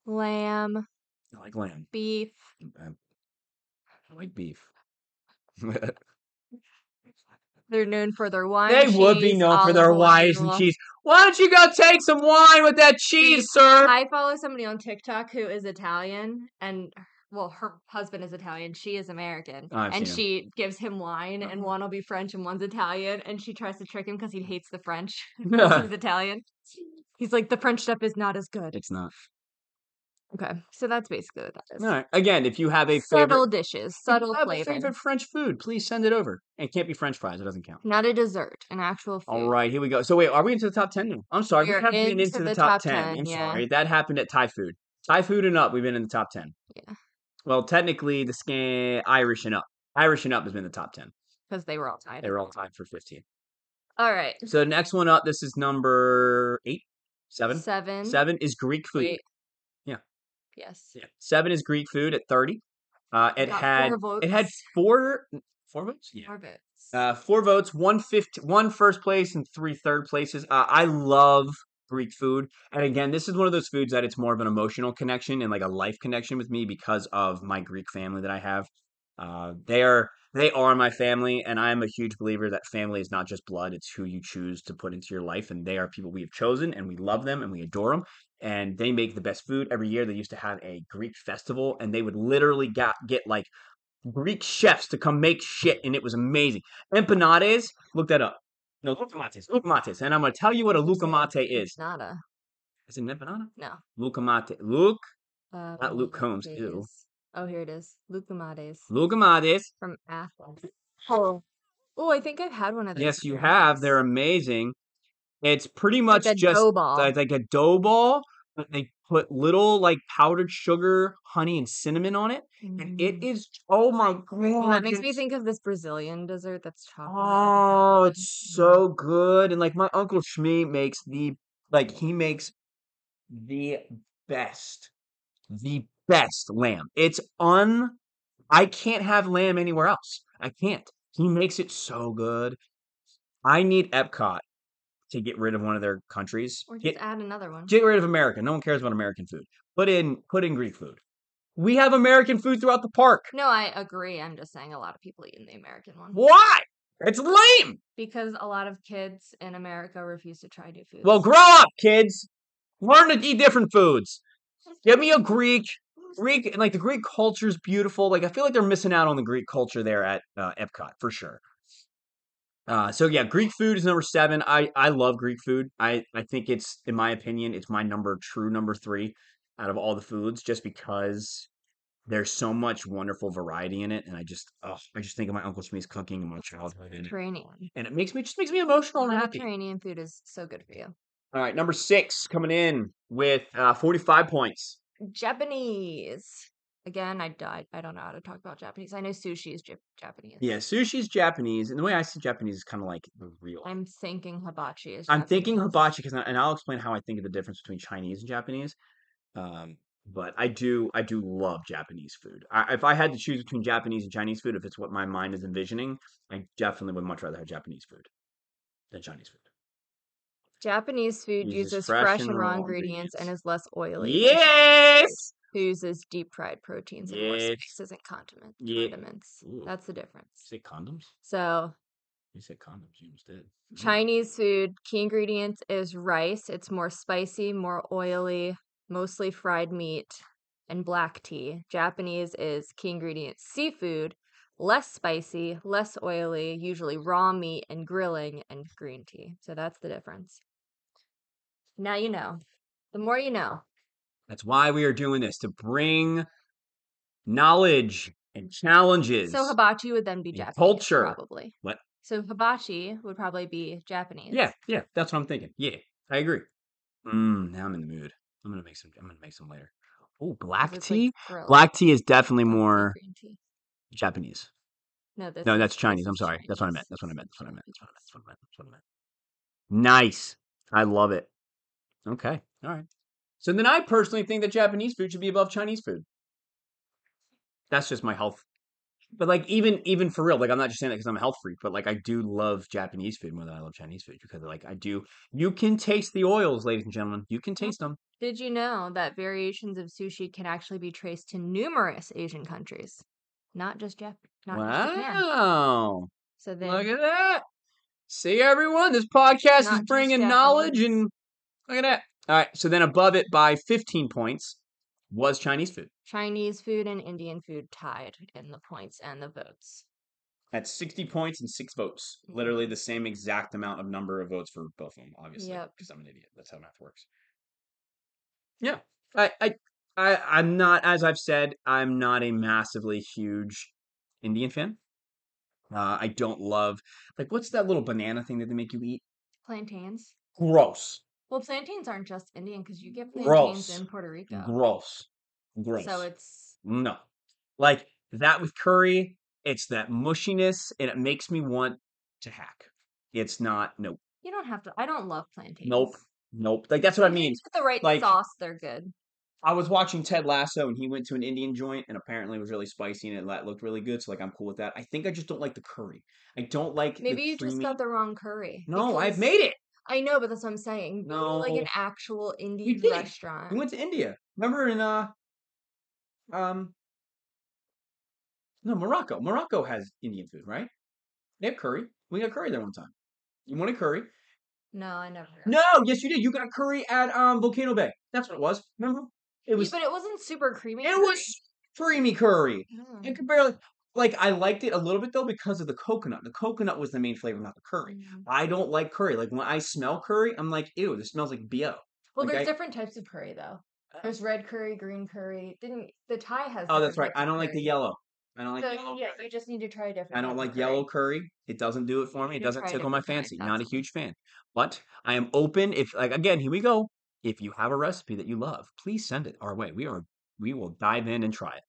S3: lamb,
S2: I like lamb.
S3: beef.
S2: I I like beef. (laughs)
S3: They're known for their wine.
S2: They would be
S3: cheese,
S2: known for their
S3: olive
S2: wines and
S3: oil.
S2: cheese. Why don't you go take some wine with that cheese, sir?
S3: I follow somebody on TikTok who is Italian, and well, her husband is Italian. She is American,
S2: Oh, I've
S3: and
S2: seen
S3: she gives him wine, and
S2: Oh.
S3: one will be French and one's Italian, and she tries to trick him because he hates the
S2: (laughs)
S3: French. (laughs) 'cause he's Italian. He's like the French stuff is not as good.
S2: it's not.
S3: Okay, so that's basically what that is.
S2: All right. Again, if you have a favorite,
S3: subtle
S2: if
S3: dishes,
S2: you
S3: subtle
S2: have a
S3: flavor.
S2: favorite French food, please send it over. It can't be French fries. It doesn't count.
S3: Not a dessert, an actual food.
S2: All right, here we go. So wait, are we into the top ten now? I'm sorry,
S3: We
S2: we,
S3: are
S2: haven't been
S3: into
S2: into the,
S3: the
S2: top,
S3: top
S2: 10 i
S3: 10,
S2: I'm
S3: yeah.
S2: sorry, that happened at Thai food. Thai food and up, we've been in the top ten.
S3: Yeah.
S2: Well, technically, the scan Irish and up, Irish and up has been the top ten.
S3: Because they were all tied.
S2: They were all tied for fifteen.
S3: All right.
S2: So the next one up, this is number eight, seven,
S3: Seven.
S2: seven is Greek food.
S3: Wait.
S2: Yeah.
S3: Yes.
S2: Yeah. Seven is Greek food at thirty. Uh, it
S3: Got
S2: had
S3: four votes.
S2: it had four four votes. Yeah.
S3: Four votes.
S2: Uh, four votes, one fifth, one first place, and three third places. Uh, I love Greek food, and again, this is one of those foods that it's more of an emotional connection and like a life connection with me because of my Greek family that I have. Uh, they are they are my family, and I am a huge believer that family is not just blood; it's who you choose to put into your life, and they are people we have chosen, and we love them, and we adore them, and they make the best food every year. They used to have a Greek festival, and they would literally got, get like Greek chefs to come make shit, and it was amazing. Empanades, look that up. No, luca mates, luca mates, and I'm gonna tell you what a luca mate is.
S3: Not a
S2: Is it an empanada?
S3: no.
S2: Luca mate, luke
S3: Uh,
S2: Not Luke Combs,
S3: here it
S2: ew.
S3: is. Oh, here it is. Luke Gamades
S2: Lugamades.
S3: from Athens. Oh. Oh, I think I've had one of those.
S2: Yes, you have. They're amazing. It's pretty much
S3: like a
S2: just
S3: dough ball.
S2: like, like a dough ball, but they put little like powdered sugar, honey, and cinnamon on it, and it
S3: Mm.
S2: is oh my
S3: Well,
S2: god!
S3: that makes me
S2: it's-
S3: think of this Brazilian dessert that's chocolate.
S2: Oh, it's
S3: Mhm.
S2: so good. And like my uncle Shmi makes the like he makes the best, the best lamb. It's un I can't have lamb anywhere else. I can't. He makes it so good. I need Epcot to get rid of one of their countries.
S3: Or just
S2: Get
S3: add another one.
S2: get rid of America. No one cares about American food. Put in put in Greek food. We have American food throughout the park.
S3: No, I agree. I'm just saying a lot of people eat in the American one
S2: Why? It's lame.
S3: because a lot of kids in America refuse to try new foods.
S2: Well, grow
S3: (laughs)
S2: up, kids. Learn to eat different foods. Give me a Greek. Greek and like the Greek culture is beautiful. Like I feel like they're missing out on the Greek culture there at uh, Epcot for sure. Uh, so yeah, Greek food is number seven. I I love Greek food. I I think it's in my opinion it's my number true number three out of all the foods just because there's so much wonderful variety in it, and I just oh I just think of my uncle Shmi's cooking and my childhood in it,
S3: Mediterranean.
S2: and it makes me just makes me emotional and happy.
S3: Mediterranean food is so good for you.
S2: All right, number six coming in with uh, 45 points.
S3: Japanese. Again, I died. I don't know how to talk about Japanese. I know sushi is Jap- Japanese.
S2: Yeah, sushi's Japanese, and the way I see Japanese is kind of like the real.
S3: I'm thinking hibachi is.
S2: I'm thinking
S3: Japanese.
S2: hibachi because, and I'll explain how I think of the difference between Chinese and Japanese. Um, but I do, I do love Japanese food. I, if I had to choose between Japanese and Chinese food, if it's what my mind is envisioning, I definitely would much rather have Japanese food than Chinese food.
S3: Japanese food
S2: Uses
S3: uses
S2: fresh
S3: fresh
S2: and
S3: and raw
S2: raw
S3: ingredients and
S2: ingredients.
S3: is less oily. than
S2: Yes.
S3: who uses deep fried proteins and more
S2: Yes.
S3: spices and condiment,
S2: Yeah.
S3: condiments.
S2: Ooh.
S3: That's the difference.
S2: Say condoms.
S3: So,
S2: You said condoms. You almost did. Mm.
S3: Chinese food key ingredients is rice. It's more spicy, more oily, mostly fried meat and black tea. Japanese is key ingredient seafood, less spicy, less oily, usually raw meat and grilling and green tea. So that's the difference. Now you know. The more you know.
S2: That's why we are doing this to bring knowledge and challenges.
S3: So hibachi would then be
S2: and
S3: Japanese,
S2: culture.
S3: probably.
S2: What?
S3: So hibachi would probably be Japanese.
S2: Yeah, yeah, that's what I'm thinking. Yeah, I agree. Mm, now I'm in the mood. I'm gonna make some. I'm gonna make some later. Oh,
S3: 'cause
S2: black
S3: it's, like,
S2: tea.
S3: grilled.
S2: Black tea is definitely
S3: Black tea,
S2: more
S3: green tea.
S2: Japanese.
S3: No, this
S2: No,
S3: is-
S2: that's
S3: this
S2: Chinese. I'm
S3: is
S2: sorry. That's what I meant.
S3: Chinese.
S2: That's what I meant. That's what I meant. That's what I meant. That's what I meant. That's what I meant. Nice. I love it. Okay. All right. So then, I personally think that Japanese food should be above Chinese food. That's just my health But like even even for real, like I'm not just saying that because I'm a health freak, but like I do love Japanese food more than I love Chinese food because like I do. You can taste the oils, ladies and gentlemen. You can taste them.
S3: Did you know that variations of sushi can actually be traced to numerous Asian countries, not just Jap, not just Japan?
S2: Wow!
S3: So then,
S2: Look at that. See everyone, this podcast
S3: Not
S2: is
S3: just
S2: bringing
S3: Japanese.
S2: knowledge and look at that. All right, so then above it by 15 points was Chinese food
S3: Chinese food and Indian food tied in the points and the votes.
S2: at 60 points and six votes.
S3: Mhm.
S2: Literally the same exact amount of number of votes for both of them, obviously,
S3: Yep.
S2: because I'm an idiot. That's how math works. Yeah, I, I, I, I'm not as I've said. I'm not a massively huge Indian fan. Uh, I don't love like what's that little banana thing that they make you eat?
S3: Plantains.
S2: Gross,
S3: Well, plantains aren't just Indian because you get plantains
S2: Gross.
S3: in Puerto Rico.
S2: gross, gross.
S3: So it's
S2: no, like that with curry. It's that mushiness, and it makes me want to hack. It's not. Nope.
S3: you don't have to. I don't love plantains.
S2: Nope. Like that's what I mean.
S3: Plantains With the right
S2: Like-
S3: sauce, they're good.
S2: I was watching Ted Lasso and he went to an Indian joint and apparently it was really spicy and it that looked really good. So like I'm cool with that. I think I just don't like the curry. I don't like
S3: Maybe
S2: the
S3: you just
S2: creamy-
S3: got the wrong curry.
S2: No, I've
S3: because-
S2: made it.
S3: I know, but that's what I'm saying. Go to, like
S2: No.
S3: an actual Indian
S2: did.
S3: restaurant.
S2: We went to India. Remember in uh um no Morocco. Morocco has Indian food, right? They have curry. We got curry there one time. You wanted curry?
S3: No, I never.
S2: No, yes you did. You got curry at um Volcano Bay. That's what it was. Remember? It
S3: Yeah,
S2: was
S3: but it wasn't super creamy.
S2: it was creamy curry. Mm.
S3: curry. Mm,
S2: It could barely like I liked it a little bit though because of the coconut. The coconut was the main flavor, not the
S3: No.
S2: curry.
S3: Mm.
S2: I don't like Oh, curry. Like when I smell curry, I'm like, ew, this smells like bo.
S3: Well,
S2: Like,
S3: there's
S2: I-
S3: different types of curry though. There's red curry, green curry. Didn't the Thai has?
S2: Uh, Oh,
S3: different
S2: that's right.
S3: types
S2: I
S3: of
S2: don't like the
S3: curry.
S2: yellow. I don't like
S3: So
S2: yellow.
S3: yeah,
S2: curry.
S3: you just need to try a different.
S2: I
S3: type
S2: don't
S3: of
S2: like
S3: curry.
S2: yellow curry. It doesn't do it for me. It
S3: You've
S2: doesn't
S3: tried
S2: tickle my
S3: different
S2: fancy.
S3: kinds,
S2: Not a
S3: that's-
S2: huge fan. But I am open if like again, here we go. If you have a recipe that you love, please send it our way. We are we will dive in and try it.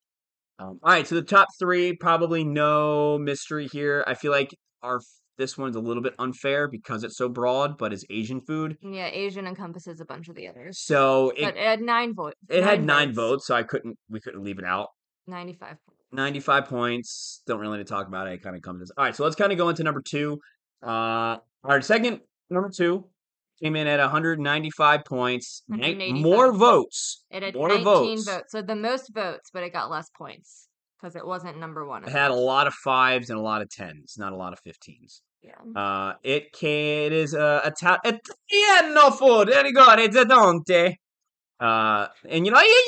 S2: Um, all right, so the top three, probably no mystery here. I feel like our this one's a little bit unfair because it's so broad, but it's Asian food.
S3: Yeah, Asian encompasses a bunch of the others.
S2: So it
S3: but it had nine votes.
S2: it had nine votes, so I couldn't we couldn't leave it out.
S3: Ninety-five.
S2: 95 points. Don't really need to talk about it. It kind of comes as all right. So let's kind of go into number two. Uh, our second number two came in at 195 points, Nine-
S3: 185.
S2: more votes,
S3: It had
S2: more
S3: 19
S2: votes.
S3: votes. so the most votes, but it got less points because it wasn't number one.
S2: It
S3: as
S2: had a
S3: much.
S2: lot of fives and a lot of tens, not a lot of 15s.
S3: Yeah.
S2: Uh, it can, it is uh, Italian Italiano food. There you go, rizzadonte. eh, Uh, and you know, you,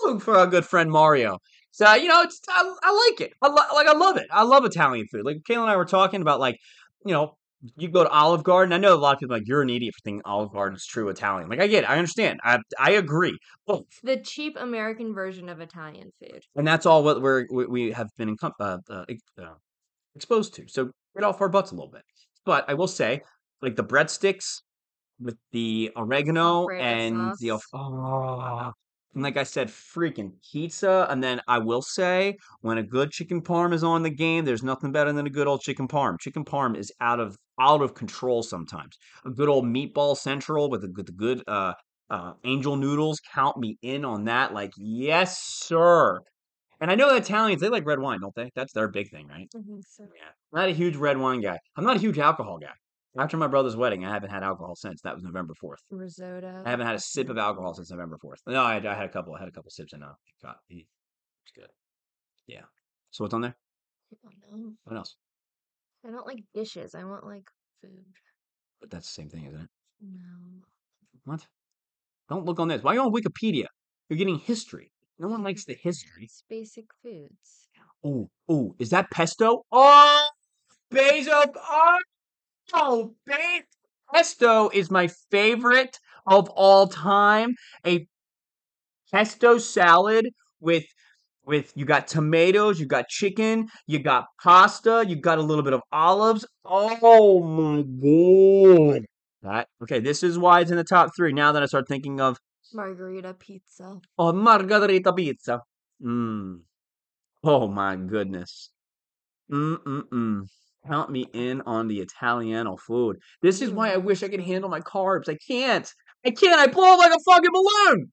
S2: you look for our good friend Mario. So you know, it's I, I like it. I lo- like I love it. I love Italian food. Like Kayla and I were talking about, like you know, you go to Olive Garden. I know a lot of people are like you're an idiot for thinking Olive Garden's true Italian. Like I get, it. I understand. I I agree. But
S3: It's the cheap American version of Italian food.
S2: and that's all what we're we, we have been encom- uh, uh, ex- uh, exposed to. So get off our butts a little bit. But I will say, like the breadsticks with the oregano
S3: Alfredo
S2: and the
S3: sauce.
S2: alf- oh, and like I said, freaking pizza. And then I will say, when a good chicken parm is on the game, there's nothing better than a good old chicken parm. Chicken parm is out of out of control sometimes. A good old meatball central with a good, the good uh, uh, angel noodles. Count me in on that. Like yes, sir. And I know Italians, they like red wine, don't they? That's their big thing, right? Yeah. Not a huge red wine guy. I'm not a huge alcohol guy. After my brother's wedding, I haven't had alcohol since. That was November 4th.
S3: Risotto.
S2: I haven't had a sip of alcohol since November 4th. No, I, I had a couple. I had a couple sips and uh, got it's good. Yeah. So what's on there?
S3: I don't know.
S2: What else?
S3: I don't like dishes. I want like food.
S2: But that's the same thing, isn't it?
S3: No.
S2: What? Don't look on this. Why are you on Wikipedia? You're getting history. No one likes the history.
S3: It's basic foods.
S2: Oh, oh, is that pesto? Oh, Bezos. Oh, oh Bezos. Pesto is my favorite of all time. A pesto salad with with you got tomatoes, you got chicken, you got pasta, you got a little bit of olives. Oh my god. That okay, this is why it's in the top 3 now that I start thinking of
S3: Margarita pizza.
S2: Oh, margarita pizza. Mmm. Oh my goodness. Mm mm mm. Count me in on the Italiano food. This is why I wish I could handle my carbs. I can't. I can't. I blow up like a fucking balloon.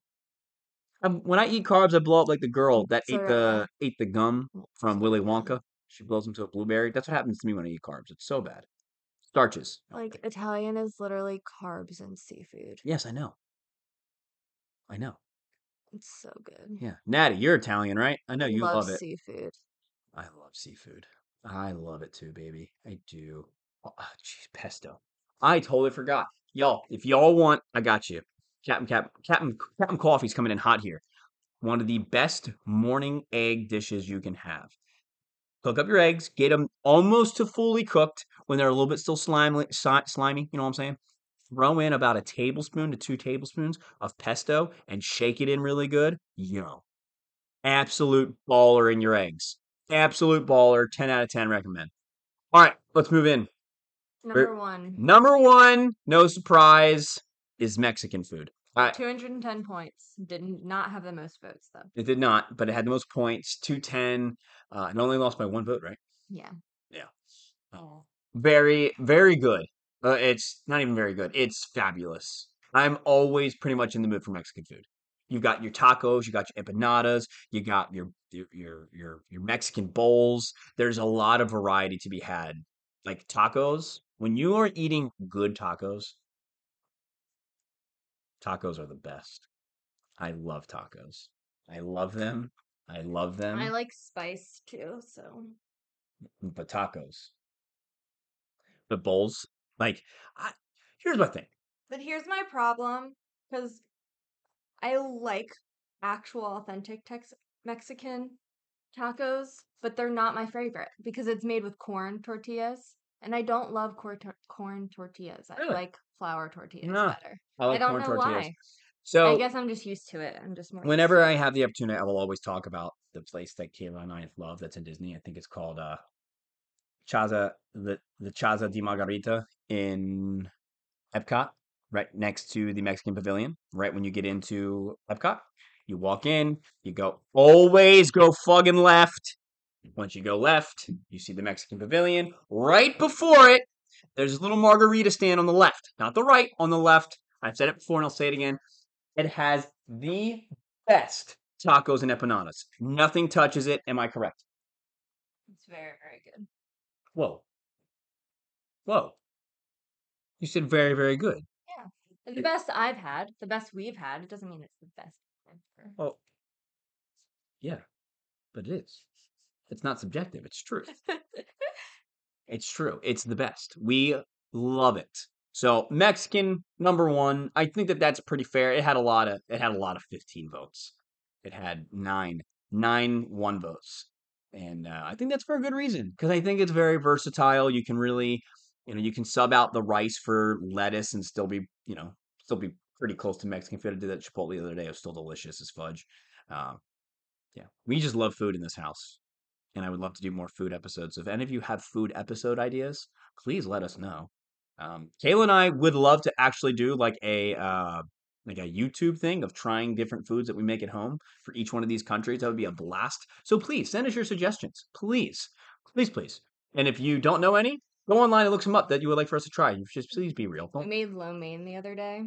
S2: i when I eat carbs, I blow up like the girl that ate the
S3: Mozzarella.
S2: ate the gum from Willy Wonka.
S3: Mozzarella.
S2: She blows into a blueberry. That's what happens to me when I eat carbs. It's so bad. Starches.
S3: Like Italian is literally carbs and seafood.
S2: Yes, I know. I know.
S3: It's so good.
S2: Yeah, Natty, you're Italian, right? I know you
S3: love,
S2: love it.
S3: seafood.
S2: I love seafood. I love it too, baby. I do. Oh, ah, jeez, pesto. I totally forgot. Y'all, if y'all want, I got you. Captain Cap Captain Captain Coffee's coming in hot here. One of the best morning egg dishes you can have. Cook up your eggs, get them almost to fully cooked when they're a little bit still slimy, si- slimy, you know what I'm saying? Throw in about a tablespoon to two tablespoons of pesto and shake it in really good. Yo. Absolute baller in your eggs absolute baller. 10 out of 10 recommend. All right, let's move in.
S3: Number one,
S2: Number one, no surprise, is Mexican food. I,
S3: 210 points. Did not have the most votes, though.
S2: it did not, but it had the most points 210. Uh, and only lost by one vote, right?
S3: Yeah.
S2: Oh. Very, very good. Uh, it's not even very good. It's fabulous. I'm always pretty much in the mood for Mexican food. You've got your tacos, you got your empanadas, you got your your your your, your Mexican bowls. There's a lot of variety to be had. Like tacos, when you are eating good tacos, tacos are the best. I love tacos. I love them. I love them.
S3: I like spice too, so.
S2: but tacos, but bowls. Like, I, here's my thing.
S3: But here's my problem because I like actual authentic tex- Mexican tacos, but they're not my favorite because it's made with corn tortillas. And I don't love cor- tor- corn tortillas. I
S2: Really?
S3: like flour tortillas
S2: No,
S3: better.
S2: I like
S3: I don't
S2: corn
S3: know
S2: tortillas.
S3: why.
S2: So
S3: I guess I'm just used to it. I'm just more. used
S2: whenever
S3: to
S2: I
S3: it.
S2: have the opportunity, I will always talk about the place that Kayla and I love that's in Disney. I think it's called uh Chaza the the Chaza di Margarita in Epcot, right next to the Mexican Pavilion, right when you get into Epcot. You walk in, you go always go fucking left. Once you go left, you see the Mexican Pavilion. Right before it, there's this little margarita stand on the left, not the right, on the left. I've said it before and I'll say it again. It has the best tacos and empanadas. Nothing touches it. Am I correct?
S3: It's very very good.
S2: Whoa. Whoa. You said very, very good.
S3: The best I've had, the best we've had. It doesn't mean it's the best. ever.
S2: Oh. Yeah. But it is. It's not subjective. It's true. It's true. It's the best. We love it. So Mexican number one. I think that that's pretty fair. It had a lot of it had a lot of fifteen votes. It had nine nine one votes, and uh, I think that's for a good reason because I think it's very versatile. You can really, you know, you can sub out the rice for lettuce and still be, you know, still be pretty close to Mexican food. I did that at Chipotle the other day. It was still delicious as fudge. Uh, yeah, we just love food in this house and I would love to do more food episodes. If any of you have food episode ideas, please let us know. Um, Kayla and I would love to actually do like a uh, like a YouTube thing of trying different foods that we make at home for each one of these countries. That would be a blast. So please send us your suggestions, please, please, please. And if you don't know any, go online and look some up that you would like for us to try. Just please be real.
S3: (laughs) We
S2: Don't-
S3: made lo mein the other day.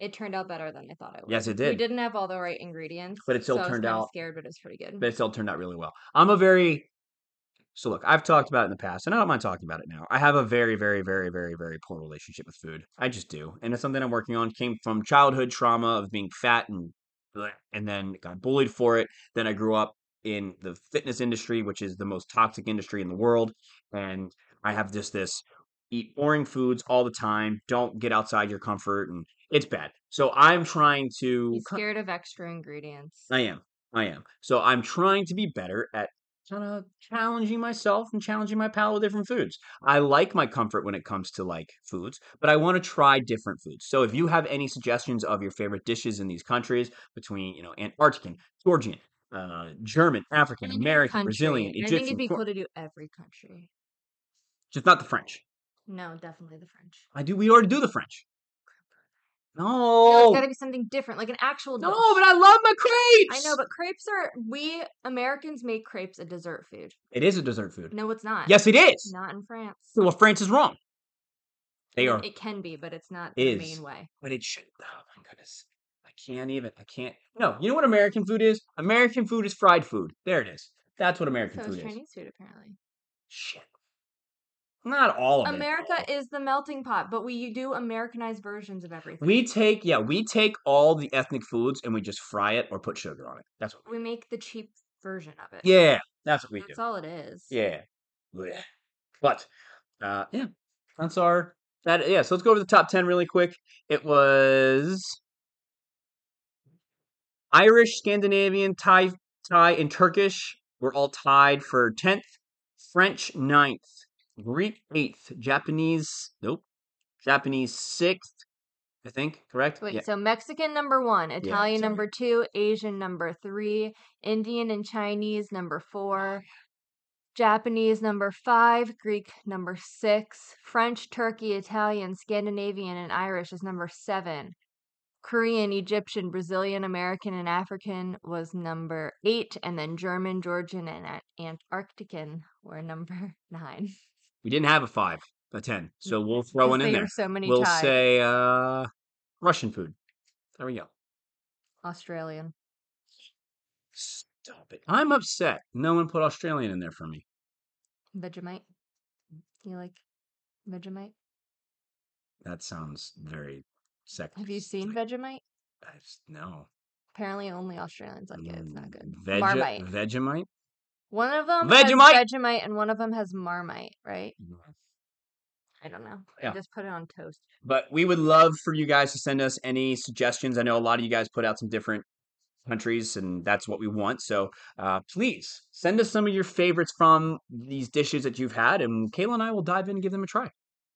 S3: It turned out better than I thought it would.
S2: Yes, it
S3: We
S2: did.
S3: didn't have all the right ingredients,
S2: But it still
S3: so I was
S2: turned
S3: kinda
S2: out-
S3: Scared, but it was pretty good.
S2: but it still turned out really well. I'm a very so look, I've talked about it in the past, and I don't mind talking about it now. I have a very, very, very, very, very poor relationship with food. I just do, and it's something I'm working on. Came from childhood trauma of being fat and bleh, and then got bullied for it. Then I grew up in the fitness industry, which is the most toxic industry in the world, and I have just this eat boring foods all the time. Don't get outside your comfort, and it's bad. So I'm trying to
S3: He's
S2: ki-
S3: scared of extra ingredients.
S2: I am. I am. So I'm trying to be better at kind of challenging myself and challenging my palate with different foods. I like my comfort when it comes to like foods, but I want to try different foods. So if you have any suggestions of your favorite dishes in these countries between, you know, Antarctican, Georgian, uh, German, African,
S3: Any
S2: American,
S3: country.
S2: Brazilian,
S3: I think it'd
S2: Egyptian,
S3: be
S2: Cor-
S3: cool to do every country.
S2: just not the French.
S3: No, definitely the French.
S2: I do. We already do the French.
S3: No,
S2: No.
S3: it's got to be something different, like an actual.
S2: Oh! No,
S3: dish.
S2: but I love my
S3: I
S2: crepes.
S3: know, but crepes are we Americans make crepes a dessert food.
S2: it is a dessert food.
S3: No, it's not.
S2: Yes, it is.
S3: not in France.
S2: Well, France is wrong. They
S3: I mean,
S2: are
S3: It can be, but it's not
S2: It
S3: the
S2: is.
S3: main way.
S2: but it should. Oh my goodness, I can't even. I can't. No, you know what American food is? American food is fried food. There it is. That's what American
S3: So
S2: food
S3: it's
S2: is.
S3: Chinese food, apparently.
S2: Shit. Not all of
S3: America
S2: it.
S3: is the melting pot, but we do Americanized versions of everything.
S2: We take yeah, we take all the ethnic foods and we just fry it or put sugar on it. That's what.
S3: we make the cheap version of it.
S2: We, yeah, that's what we do.
S3: that's all it is.
S2: Yeah. Blech. But uh yeah. That's our that yeah, so let's go over the top ten really quick. It was Irish, Scandinavian, Thai Thai, and Turkish were all tied for tenth, French ninth, Greek eighth, Japanese nope. Japanese sixth, I think, correct?
S3: Wait,
S2: yeah.
S3: so Mexican number one, Italian
S2: sorry.
S3: number two, Asian number three, Indian and Chinese number four, Japanese number five, Greek number six, French, Turkey, Italian, Scandinavian, and Irish is number seven. Korean, Egyptian, Brazilian, American, and African was number eight, and then German, Georgian, and An- Antarctican were number (laughs) nine.
S2: We didn't have a five, a
S3: Mm,
S2: ten. So we'll throw
S3: (laughs) 'Cause
S2: one in
S3: they
S2: there.
S3: were so many
S2: We'll
S3: tied.
S2: say uh Russian food. There we go.
S3: Australian.
S2: Stop it. I'm upset. No one put Australian in there for me.
S3: Vegemite. You like Vegemite?
S2: That sounds very sexist.
S3: Have you seen
S2: like,
S3: Vegemite?
S2: I just- no. Mm,
S3: Apparently, only Australians like it. It's not good.
S2: Veg-
S3: Marmite.
S2: Vegemite?
S3: One of them
S2: Vegemite!
S3: has Vegemite, and one of them has Marmite, right?
S2: Mm.
S3: I don't know. I
S2: Yeah.
S3: just put it on toast.
S2: But we would love for you guys to send us any suggestions. I know a lot of you guys put out some different countries, and that's what we want. So uh, please send us some of your favorites from these dishes that you've had, and Kayla and I will dive in and give them a try.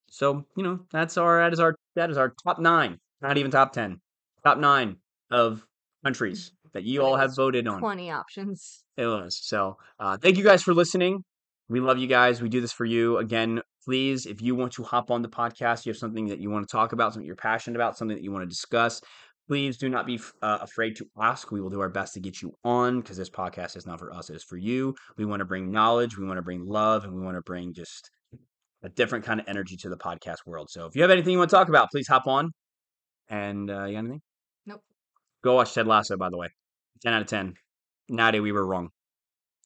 S2: So you know that's our that is our that is our top nine, not even top ten. top nine of countries that you
S3: But it
S2: all have
S3: was
S2: voted on.
S3: Twenty options.
S2: It was. So uh, thank you guys for listening. We love you guys. We do this for you. Again, please, if you want to hop on the podcast, you have something that you want to talk about, something you're passionate about, something that you want to discuss, please do not be f- uh, afraid to ask. We will do our best to get you on because this podcast is not for us, it is for you. We want to bring knowledge, we want to bring love, and we want to bring just a different kind of energy to the podcast world. So if you have anything you want to talk about, please hop on. And uh, you got anything?
S3: Nope.
S2: Go watch Ted Lasso, by the way. 10 out of 10. Natty, we were wrong.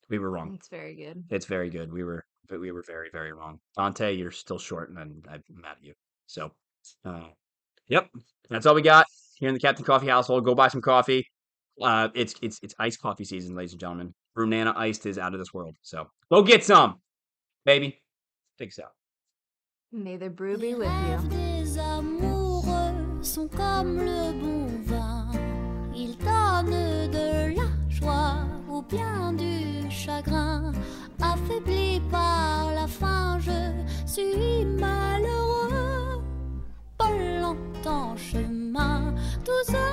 S2: We were wrong.
S3: It's very good.
S2: It's very good. We were, but we were very, very wrong. Dante, you're still short, and I'm, I'm mad at you. So, uh, yep, that's all we got here in the Captain Coffee household. Go buy some coffee. Uh, it's it's it's iced coffee season, ladies and gentlemen. Brunana iced is out of this world. So go get some, baby. Take us out.
S3: May the brew be
S4: Les
S3: with you.
S4: rêves des amoureux sont comme le bon vin. Ils donnent de la joie ou bien du chagrin. Affaibli par la faim, je suis malheureux. Pas longtemps chemin, tout ça